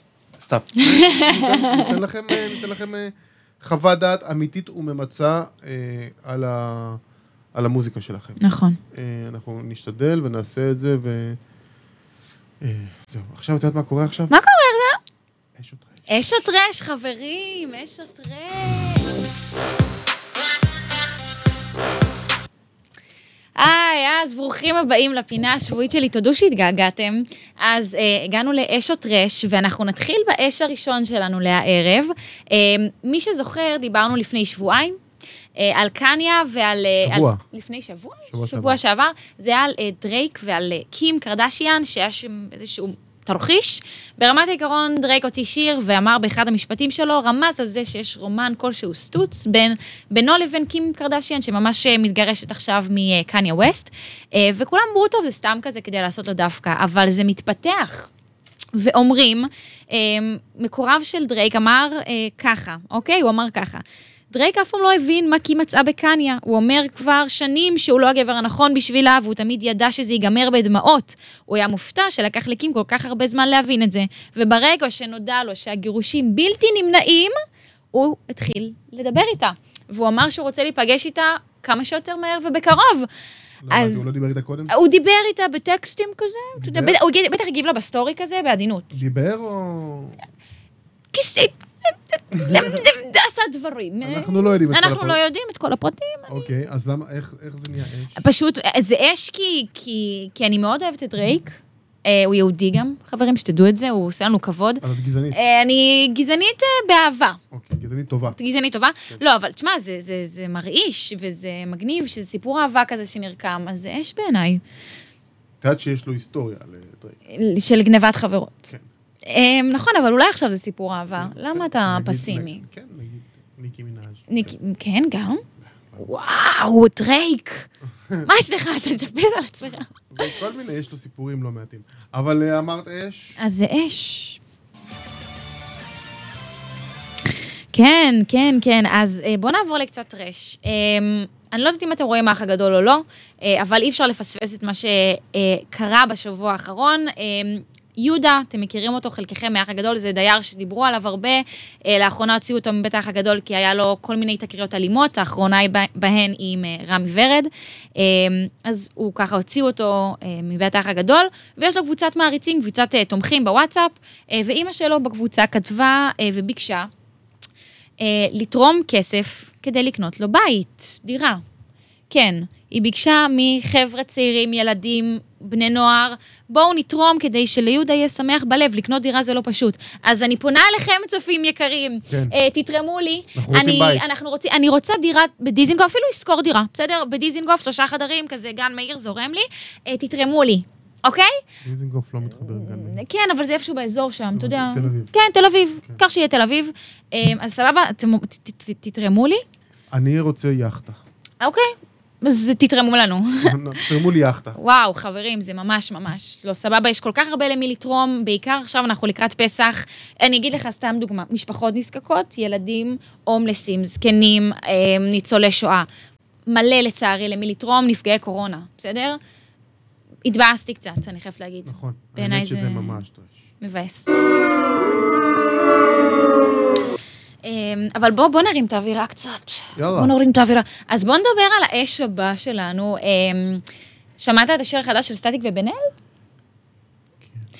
A: סתם. ניתן- ניתן לכם, אה, ניתן לכם אה, חוות דעת אמיתית וממצה אה, על ה- על המוזיקה שלכם.
B: נכון.
A: אה, אנחנו נשתדל ונעשה את זה, ו... אה, זהו, עכשיו את יודעת מה קורה עכשיו?
B: מה קורה עכשיו?
A: אש אותך.
B: אש את רש, חברים, אש את רש. היי, אז ברוכים הבאים לפינה השבועית שלי, תודו שהתגעגעתם. אז אה, הגענו לאש אות רש, ואנחנו נתחיל באש הראשון שלנו להערב. אה, מי שזוכר, דיברנו לפני שבועיים. אה, על קניה ועל... אה,
A: שבוע.
B: על, לפני שבוע?
A: שבוע
B: שבוע שעבר. זה היה על אה, דרייק ועל אה, קים קרדשיאן, שהיה שם איזשהו תרחיש. ברמת העיקרון, דרייק הוציא שיר ואמר באחד המשפטים שלו, רמז על זה שיש רומן כלשהו סטוץ בין, בינו לבין קים קרדשיאן, שממש אה, מתגרשת עכשיו מקניה ווסט. אה, וכולם אמרו, טוב, זה סתם כזה כדי לעשות לו דווקא, אבל זה מתפתח. ואומרים, אה, מקורב של דרייק אמר אה, ככה, אוקיי? הוא אמר ככה. דרייק אף פעם לא הבין מה קי מצאה בקניה. הוא אומר כבר שנים שהוא לא הגבר הנכון בשבילה, והוא תמיד ידע שזה ייגמר בדמעות. הוא היה מופתע שלקח לקים כל כך הרבה זמן להבין את זה. וברגע שנודע לו שהגירושים בלתי נמנעים, הוא התחיל לדבר איתה. והוא אמר שהוא רוצה להיפגש איתה כמה שיותר מהר ובקרוב.
A: אז... הוא לא דיבר איתה קודם?
B: הוא דיבר איתה בטקסטים כזה, אתה יודע,
A: דיבר?
B: בטח- הוא הגיב- בטח הגיב לה בסטורי כזה, בעדינות.
A: דיבר או...
B: אה, כיס- עשה דברים.
A: אנחנו לא יודעים את כל
B: אנחנו
A: הפרטים.
B: לא יודעים את כל הפרטים.
A: אוקיי, אז למה, איך איך זה
B: אה,
A: נהיה אה, אש?
B: פשוט, זה אש כי, כי, כי אני מאוד אוהבת את דרייק. אה, הוא יהודי גם, חברים, שתדעו את זה, הוא עושה לנו כבוד.
A: אבל את גזענית.
B: אה, אני גזענית אה, באהבה.
A: אוקיי, גזענית טובה.
B: את גזענית טובה?
A: כן.
B: לא, אבל תשמע, זה, זה, זה מרעיש, וזה מגניב, שזה סיפור אהבה כזה שנרקם, אז זה אש בעיניי.
A: את יודעת שיש לו היסטוריה אה, לדרייק.
B: של גנבת חברות.
A: כן.
B: אה, נכון, אבל אולי עכשיו זה סיפור אהבה. למה אתה
A: נגיד-
B: פסימי?
A: כן, נגיד, ניקי מנאז'.
B: ניק- כן, גם? וואו, דרייק. מה יש לך? אתה מטפס על עצמך.
A: וכל כן, מיני, יש לו סיפורים לא מעטים. אבל אה, אמרת אש?
B: אז זה אש. כן, כן, כן. אז אה, בואו נעבור לקצת רש. אה, אני לא יודעת אם אתם רואים האח הגדול או לא, אה, אבל אי אפשר לפספס את מה שקרה בשבוע האחרון. אה, יהודה, אתם מכירים אותו, חלקכם מהאח הגדול, זה דייר שדיברו עליו הרבה. אה, לאחרונה הוציאו אותו מבית האח הגדול כי היה לו כל מיני תקריות אלימות, האחרונה היא בה- בהן היא עם אה, רמי ורד. אה, אז הוא ככה הוציאו אותו אה, מבית האח הגדול, ויש לו קבוצת מעריצים, קבוצת אה, תומכים בוואטסאפ, אה, ואימא שלו בקבוצה כתבה אה, וביקשה אה, לתרום כסף כדי לקנות לו בית, דירה. כן, היא ביקשה מחבר'ה צעירים, ילדים, בני נוער, בואו נתרום כדי שליהודה יהיה שמח בלב, לקנות דירה זה לא פשוט. אז אני פונה אליכם, צופים יקרים,
A: כן.
B: אה, תתרמו לי.
A: אנחנו רוצים
B: אני,
A: בית.
B: אנחנו רוצים, אני רוצה דירה בדיזינגוף, אפילו לשכור דירה, בסדר? בדיזינגוף, שלושה חדרים, כזה גן מהיר זורם לי, אה, תתרמו לי, אוקיי?
A: דיזינגוף לא מתחבר עם גן מאיר.
B: כן, אבל זה איפשהו באזור שם, אתה יודע.
A: תל אביב.
B: כן, תל אביב. כך שיהיה תל אביב. אה, אז סבבה, אתם- ת- ת- ת- תתרמו לי?
A: אני רוצה יאכטה.
B: אוקיי. אז תתרמו לנו.
A: תרמו לי יאכטה.
B: וואו, חברים, זה ממש ממש לא סבבה, יש כל כך הרבה למי לתרום, בעיקר עכשיו אנחנו לקראת פסח. אני אגיד לך סתם דוגמה, משפחות נזקקות, ילדים, הומלסים, זקנים, אה, ניצולי שואה. מלא לצערי למי לתרום, נפגעי קורונה, בסדר? התבאסתי קצת, אני חייבת להגיד.
A: נכון.
B: בעיניי
A: האמת
B: זה-
A: שזה ממש טוב.
B: מבאס. אמ, אבל בואו בוא נרים את האווירה קצת.
A: יאללה.
B: בואו נרים את האווירה. אז בואו נדבר על האש הבא שלנו. אמ, שמעת את השיר החדש של סטטיק ובן אל?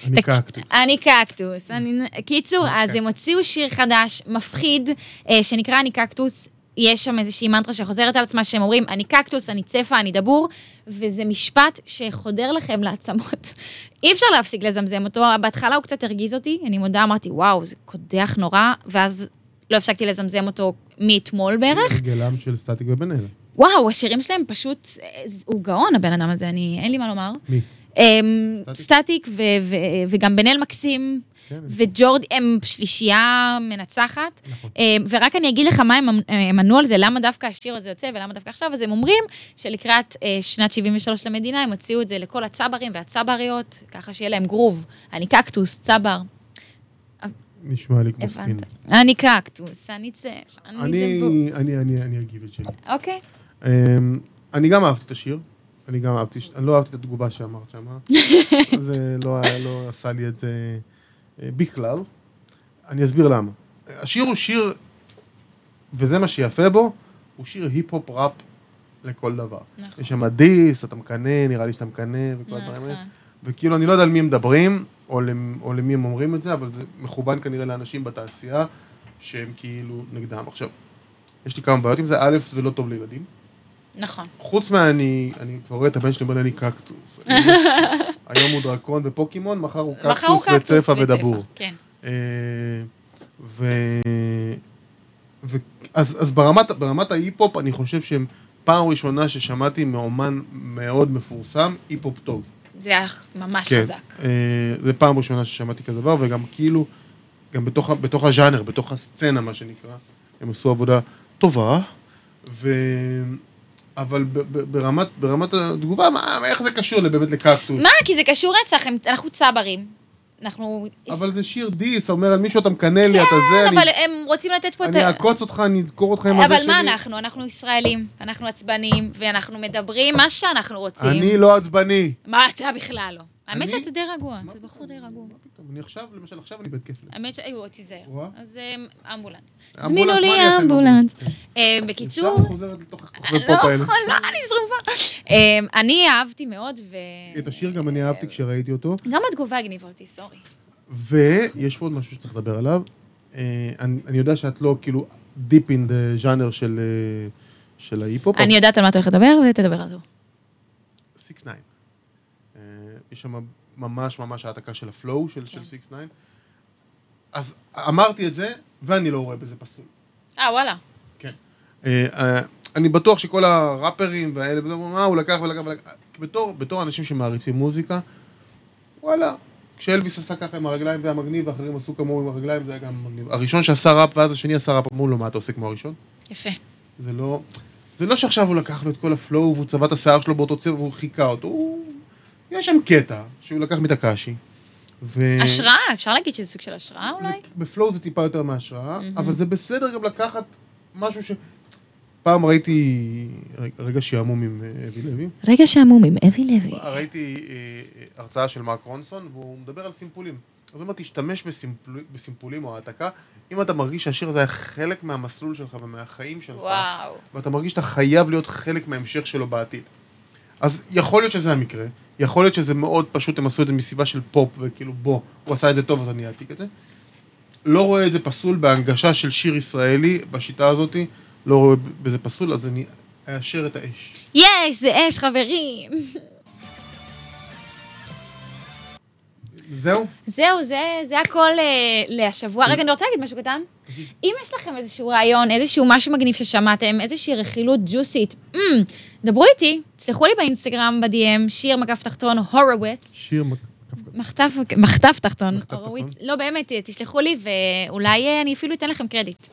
A: אני
B: תקש-
A: קקטוס. אוקיי.
B: אני קקטוס. אני- קיצור, אז הם הוציאו שיר חדש, מפחיד, אה, שנקרא אני קקטוס. יש שם איזושהי מנטרה שחוזרת על עצמה, שהם אומרים, אני קקטוס, אני צפה, אני דבור, וזה משפט שחודר לכם לעצמות. אי אפשר להפסיק לזמזם אותו, בהתחלה הוא קצת הרגיז אותי, אני מודה, אמרתי, וואו, זה קודח נורא, ואז לא הפסקתי לזמזם אותו מאתמול בערך.
A: גלם של סטטיק ובן אל.
B: וואו, השירים שלהם פשוט, אה, ז- הוא גאון, הבן אדם הזה, אני, אין לי מה לומר.
A: מי?
B: אמ,
A: סטטיק.
B: סטטיק ו- ו- וגם בן אל מקסים.
A: כן, הם-
B: וג'ורד הם שלישייה מנצחת,
A: נכון.
B: אמ, ורק אני אגיד לך מה הם אמ- הם ענו על זה, למה דווקא השיר הזה יוצא ולמה דווקא עכשיו, אז הם אומרים שלקראת אה, שנת 73 למדינה, הם הוציאו את זה לכל הצברים והצבריות, ככה שיהיה להם גרוב. אני קקטוס, צבר,
A: נשמע לי כמו ספין.
B: הבנת. אני קקטוס, אני צף, אני
A: אני,
B: דבור.
A: אני, אני, אני אגיב את שלי.
B: אוקיי.
A: אמ, אני גם אהבתי את השיר. אני גם אהבתי, אני לא אהבתי את התגובה שאמרת שמה. זה לא, היה- לא עשה לי את זה אה, בכלל. אני אסביר למה. השיר הוא שיר, וזה מה שיפה בו, הוא שיר היפ-הופ ראפ לכל דבר.
B: נכון.
A: יש שם דיס, אתה מקנא, נראה לי שאתה מקנא, וכל הדברים האלה.
B: נכון.
A: וכאילו, אני לא יודע על מי הם מדברים, או, למ, או למי הם אומרים את זה, אבל זה מכוון כנראה לאנשים בתעשייה, שהם כאילו נגדם. עכשיו, יש לי כמה בעיות עם זה. א', זה לא טוב לילדים.
B: נכון.
A: חוץ מהאני, אני כבר רואה את הבן שלי, בוא נהיה לי קקטוס. אני- היום הוא דרקון ופוקימון, מחר הוא
B: מחר הוא
A: קקטוס וצפה ודבור.
B: כן.
A: אה, ו... ו... אז, אז ברמת, ברמת ההיפ-הופ, אני חושב שהם פעם ראשונה ששמעתי מאומן מאוד מפורסם, היפ-הופ טוב.
B: זה היה ממש
A: כן.
B: חזק.
A: אה, זה פעם ראשונה ששמעתי כזה דבר, וגם כאילו, גם בתוך, ה- בתוך הז'אנר, בתוך הסצנה, מה שנקרא, הם עשו עבודה טובה, ו... אבל ב, ב, ברמת, ברמת התגובה, מה, איך זה קשור באמת לקקטוס?
B: מה? כי זה קשור רצח, הם- אנחנו צברים. אנחנו...
A: אבל זה שיר דיס, אומר על מישהו, אתה מקנא לי, אתה זה,
B: כן, אבל
A: אני,
B: הם רוצים לתת פה את
A: אני
B: ה...
A: אעקוץ אותך, אני אדקור אותך עם הזה
B: אבל
A: שלי.
B: מה אנחנו? אנחנו ישראלים, אנחנו עצבניים, ואנחנו מדברים מה שאנחנו רוצים.
A: אני לא עצבני.
B: מה אתה בכלל לא. האמת
A: אני?
B: שאתה די רגוע, אתה בחור די רגוע.
A: אני עכשיו, למשל עכשיו אני בהתקף לב.
B: האמת ש... אוי, תיזהר.
A: רואה?
B: אז אמ, אמבולנס.
A: אמבולנס,
B: הזמינו
A: מה אני אעשה
B: לי
A: עם
B: אמבולנס.
A: אמבולנס?
B: אה, בקיצור...
A: אפשר חוזרת לתוך
B: לא
A: הכוכבי פופ האלה.
B: יכולה, אני שרופה. אמ, אני אהבתי מאוד, ו...
A: את השיר גם אני אהבתי כשראיתי אותו.
B: גם התגובה הגניבה אותי, סורי.
A: ויש פה עוד משהו שצריך לדבר עליו. אה, אני אני יודע שאת לא כאילו דיפ אין דה ז'אנר של אה, של ההיפ-הופ.
B: אני יודעת על מה אתה הולך לדבר, ותדבר על זה.
A: סיקס ניין. אה, יש שם ממש ממש העתקה של הפלואו של סיקס ניין. אז אמרתי את זה, ואני לא רואה בזה פסול.
B: אה, וואלה.
A: כן. אה, אה, אני בטוח שכל הראפרים והאלה, וזה, אומרים, מה, הוא לקח ולקח ולקח. בתור, בתור אנשים שמעריצים מוזיקה, וואלה. כשאלביס עשה ככה עם הרגליים זה היה מגניב, ואחרים עשו כמוהו עם הרגליים, זה היה גם מגניב. הראשון שעשה ראפ ואז השני עשה ראפ, אמרו לו, מה אתה עושה כמו הראשון?
B: יפה.
A: זה לא... זה לא שעכשיו הוא לקח לו את כל הפלואו והוא צבע את השיער שלו באותו צבע והוא חיכה אותו. הוא... יש שם קטע שהוא לקח מתקשי. ו...
B: השראה, אפשר להגיד שזה סוג של השראה
A: אה, זה-
B: אולי?
A: בפלואו זה טיפה יותר מהשראה, אבל זה בסדר גם לקחת משהו ש... פעם ראיתי רגע- רגע שעמום עם אה, אבי לוי,
B: רגע שעמום עם אבי לוי.
A: ראיתי אה, אה, הרצאה של מרק רונסון, והוא מדבר על סימפולים. אז הוא אומר, תשתמש בסימפול- בסימפולים או העתקה, אם אתה מרגיש שהשיר הזה היה חלק מהמסלול שלך ומהחיים שלך,
B: וואו.
A: ואתה מרגיש שאתה חייב להיות חלק מההמשך שלו בעתיד. אז יכול להיות שזה המקרה, יכול להיות שזה מאוד פשוט, הם עשו את זה מסיבה של פופ, וכאילו בוא, הוא עשה את זה טוב אז אני אעתיק את זה. לא רואה את זה פסול בהנגשה של שיר ישראלי בשיטה הזאת, לא רואה בזה פסול, אז אני אאשר את האש.
B: יש, זה אש, חברים.
A: זהו?
B: זהו, זה, זה הכל אה, להשבוע. רגע, אני רוצה להגיד משהו קטן. אם יש לכם איזשהו רעיון, איזשהו משהו מגניב ששמעתם, איזושהי רכילות ג'וסית, אמ, דברו איתי, תשלחו לי באינסטגרם, ב-DM, שיר מקף תחתון, הורוויץ.
A: שיר מק...
B: מחטף, מחטף תחתון,
A: מחטף
B: הורוויץ. לא, באמת, אה, תשלחו לי, ואולי אה, אני אפילו אתן לכם קרדיט.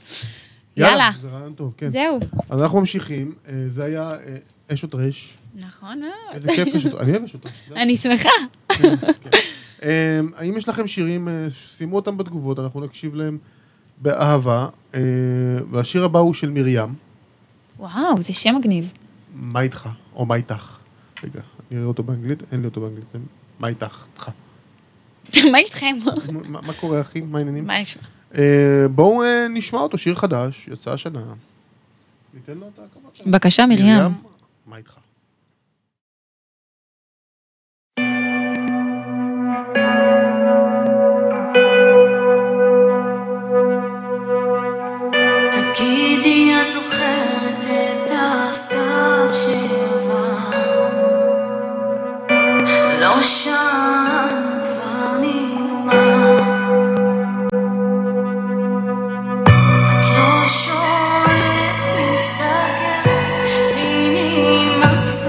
B: יאללה.
A: יאללה. זה רעיון טוב, כן.
B: זהו.
A: אז אנחנו ממשיכים, אה, זה היה אה, אש או טרש.
B: נכון מאוד.
A: איזה כיף אש או טרש. אני אוהב אש או טרש. אתה יודע?
B: אני שמחה.
A: אמ, האם יש לכם שירים, אה, שימו אותם בתגובות, אנחנו נקשיב להם באהבה. אה, והשיר הבא הוא של מרים,
B: וואו, זה שם מגניב.
A: מה איתך? או מה איתך? רגע, אני אראה אותו באנגלית, אין לי אותו באנגלית, זה מה איתך? איתך.
B: מה איתכם?
A: מה מה קורה אחי? מה העניינים?
B: מה נשמע?
A: אה, בואו אה, נשמע אותו, שיר חדש, יצא השנה. ניתן לו את הכבוד. שלו.
B: בבקשה, מרים.
A: מה איתך?
C: תגידי, את זוכרת את הסתיו שעבר? לא שם, כבר נגמר. את לא שואלת, מסתכלת, לי נמאס.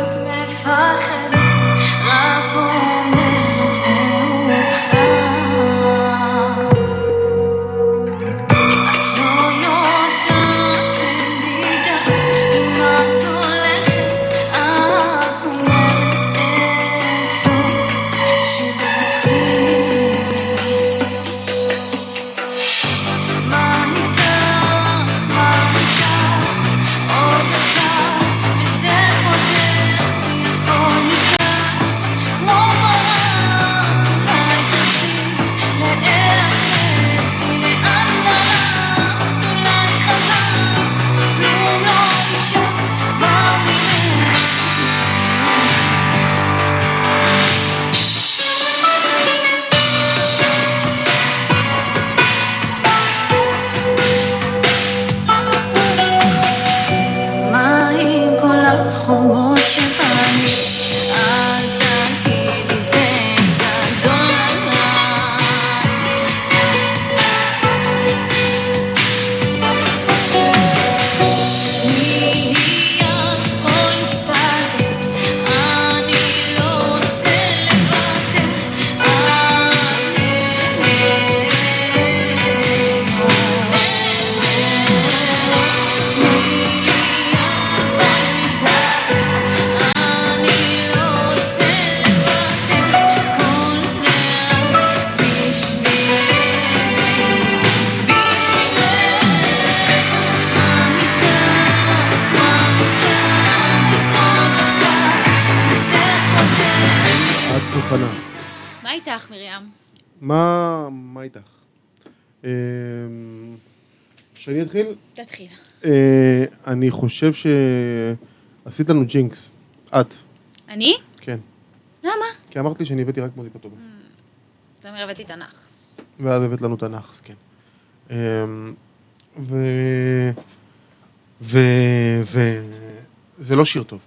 B: מה איתך, מרים?
A: מה, מה איתך? אה, שאני אתחיל?
B: תתחיל.
A: אה, אני חושב שעשית לנו ג'ינקס. את.
B: אני?
A: כן.
B: למה?
A: כי אמרת לי שאני הבאתי רק מוזיקה טובה.
B: אתה אומר, הבאתי תנ"ך.
A: ואז הבאת לנו את הנאחס, כן. אמ, ו... ו... ו... זה לא שיר טוב.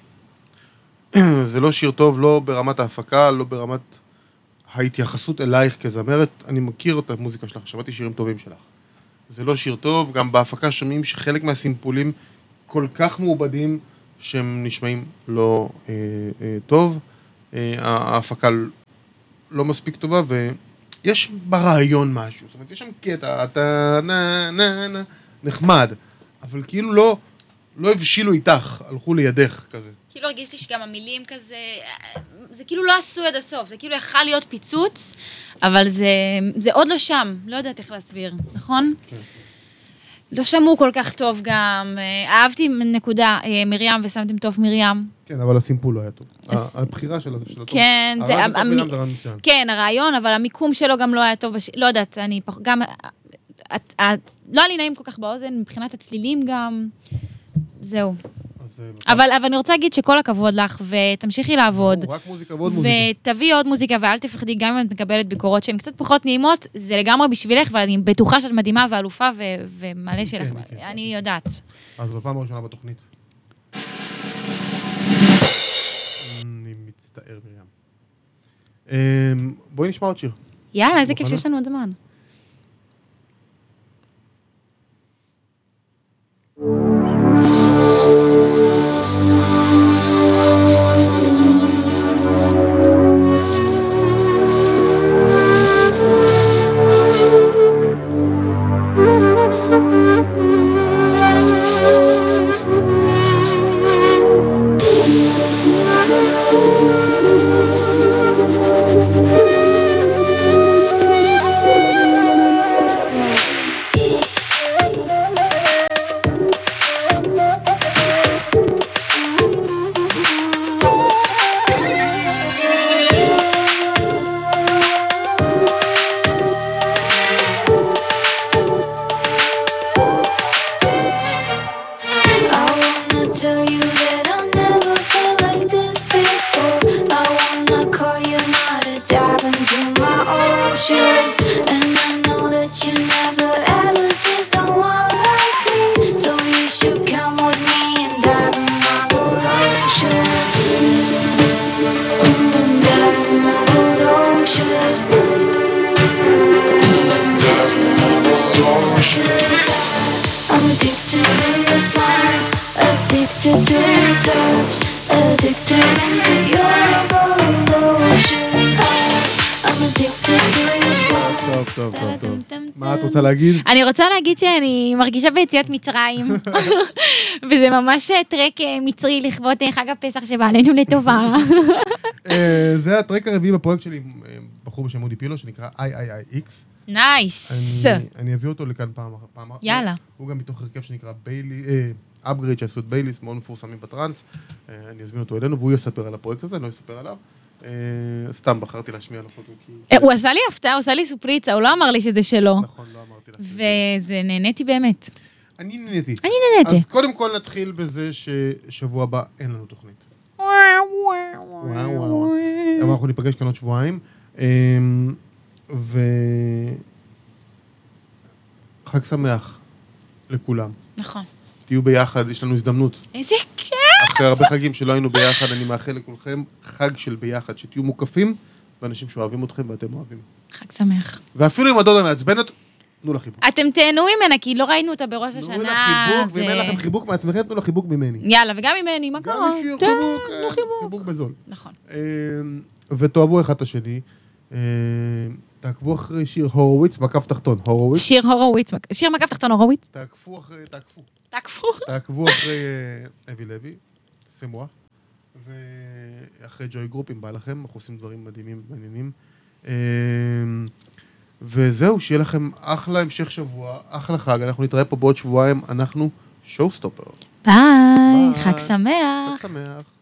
A: זה לא שיר טוב, לא ברמת ההפקה, לא ברמת ההתייחסות אלייך כזמרת. אני מכיר את המוזיקה שלך, שמעתי שירים טובים שלך. זה לא שיר טוב, גם בהפקה שומעים שחלק מהסימפולים כל כך מעובדים, שהם נשמעים לא אה, אה, טוב. אה, ההפקה לא מספיק טובה, ויש ברעיון משהו. זאת אומרת, יש שם קטע, אתה נה נה נה, נחמד, אבל כאילו לא, לא הבשילו איתך, הלכו לידך כזה.
B: כאילו הרגיש לי שגם המילים כזה, זה כאילו לא עשו עד הסוף, זה כאילו יכל להיות פיצוץ, אבל זה, זה עוד לא שם, לא יודעת איך להסביר, נכון? לא שמעו כל כך טוב גם, אה, אהבתי נקודה, אה, מרים ושמתם טוב מרים.
A: כן, אבל הסימפול לא היה טוב.
B: אז-
A: הבחירה של הטוב.
B: כן, זה...
A: הרעיון של
B: המ-
A: טוב מרים זה רן מצ'אן.
B: כן, הרעיון, אבל המיקום שלו גם לא היה טוב, בש... לא יודעת, אני פח... גם... את, את... לא היה לי נעים כל כך באוזן, מבחינת הצלילים גם, זהו.
A: אז, אה,
B: אבל, אבל אני רוצה להגיד שכל הכבוד לך, ותמשיכי לעבוד.
A: רק מוזיקה ועוד מוזיקה.
B: ותביאי עוד מוזיקה, ואל תפחדי, גם אם את מקבלת ביקורות שהן קצת פחות נעימות, זה לגמרי בשבילך, ואני בטוחה שאת מדהימה ואלופה ו- ומלא שלך.
A: כן.
B: אני יודעת.
A: אז בפעם הראשונה בתוכנית. אני מצטער מרים. אמ, בואי נשמע עוד שיר.
B: יאללה, איזה כיף
A: מוכנה?
B: שיש לנו עוד זמן.
C: I wanna tell you that I never felt like this before. I wanna call you not to dive into my ocean. And I know that you never ever seen someone like me. So you should come with me and dive in my good ocean. Mm, dive in my good ocean. I'm addicted to your smile, addicted to your touch, addicted to your gold ocean. I- I'm addicted to your smile.
A: טוב, טוב, טוב, טוב. מה את רוצה להגיד?
B: אני רוצה להגיד שאני מרגישה ביציאת מצרים, וזה ממש טרק אה, מצרי לכבוד אה, חג הפסח שבא עלינו לטובה.
A: אה, זה הטרק הרביעי בפרויקט שלי עם אה, בחור בשם אודי פילו, שנקרא IIIX.
B: נייס.
A: אני- אני אביא אותו לכאן פעם אחת. פעם אחת.
B: יאללה.
A: הוא גם מתוך הרכב שנקרא ביילי, אה, upgrade שעשו את בייליס, מאוד מפורסמים בטראנס. אה, אני אזמין אותו אלינו והוא יספר על הפרויקט הזה, אני לא אספר עליו. אה, סתם בחרתי להשמיע לך אותו, כי...
B: אה, הוא עשה לי הפתעה, הוא עשה לי סופריצה, הוא לא אמר לי שזה שלו.
A: נכון, לא אמרתי לך.
B: וזה נהניתי באמת.
A: אני נהניתי.
B: אני נהניתי.
A: אז קודם כל נתחיל בזה ששבוע הבא אין לנו תוכנית. וואו וואו וואו. אבל אנחנו ניפגש כאן עוד שבועיים. אמ, ו... חג שמח לכולם.
B: נכון.
A: תהיו ביחד, יש לנו הזדמנות.
B: איזה כיף!
A: אחרי הרבה חגים שלא היינו ביחד, אני מאחל לכולכם חג של ביחד, שתהיו מוקפים באנשים שאוהבים אתכם ואתם אוהבים.
B: חג שמח.
A: ואפילו אם הדודה מעצבנת, תנו לה חיבוק.
B: אתם תהנו ממנה, כי לא ראינו אותה בראש השנה.
A: תנו לה חיבוק,
B: זה-
A: ואם אין לכם חיבוק מעצמכם, תנו לה חיבוק ממני.
B: יאללה, וגם ממני, מה
A: גם
B: קרה?
A: אישי,
B: תה,
A: חיבוק,
B: נו,
A: אה, חיבוק
B: לא, כן, חיבוק.
A: בזול.
B: נכון.
A: אה, ותאהבו אחד את השני. אה, תעקבו אחרי שיר הורוביץ, בקו תחתון, הורוביץ.
B: שיר הורוביץ, שיר מקף תחתון הורוביץ.
A: תעקפו אחרי, תעקפו.
B: תעקפו.
A: תעקבו אחרי אה, אבי לוי, סמואה, ואחרי ג'וי גרופ, אם בא לכם, אנחנו עושים דברים מדהימים ומעניינים. אה, וזהו, שיהיה לכם אחלה המשך שבוע, אחלה חג, אנחנו נתראה פה בעוד שבועיים, אנחנו שואו סטופר.
B: ביי,
A: ביי.
B: חג שמח.
A: חג שמח.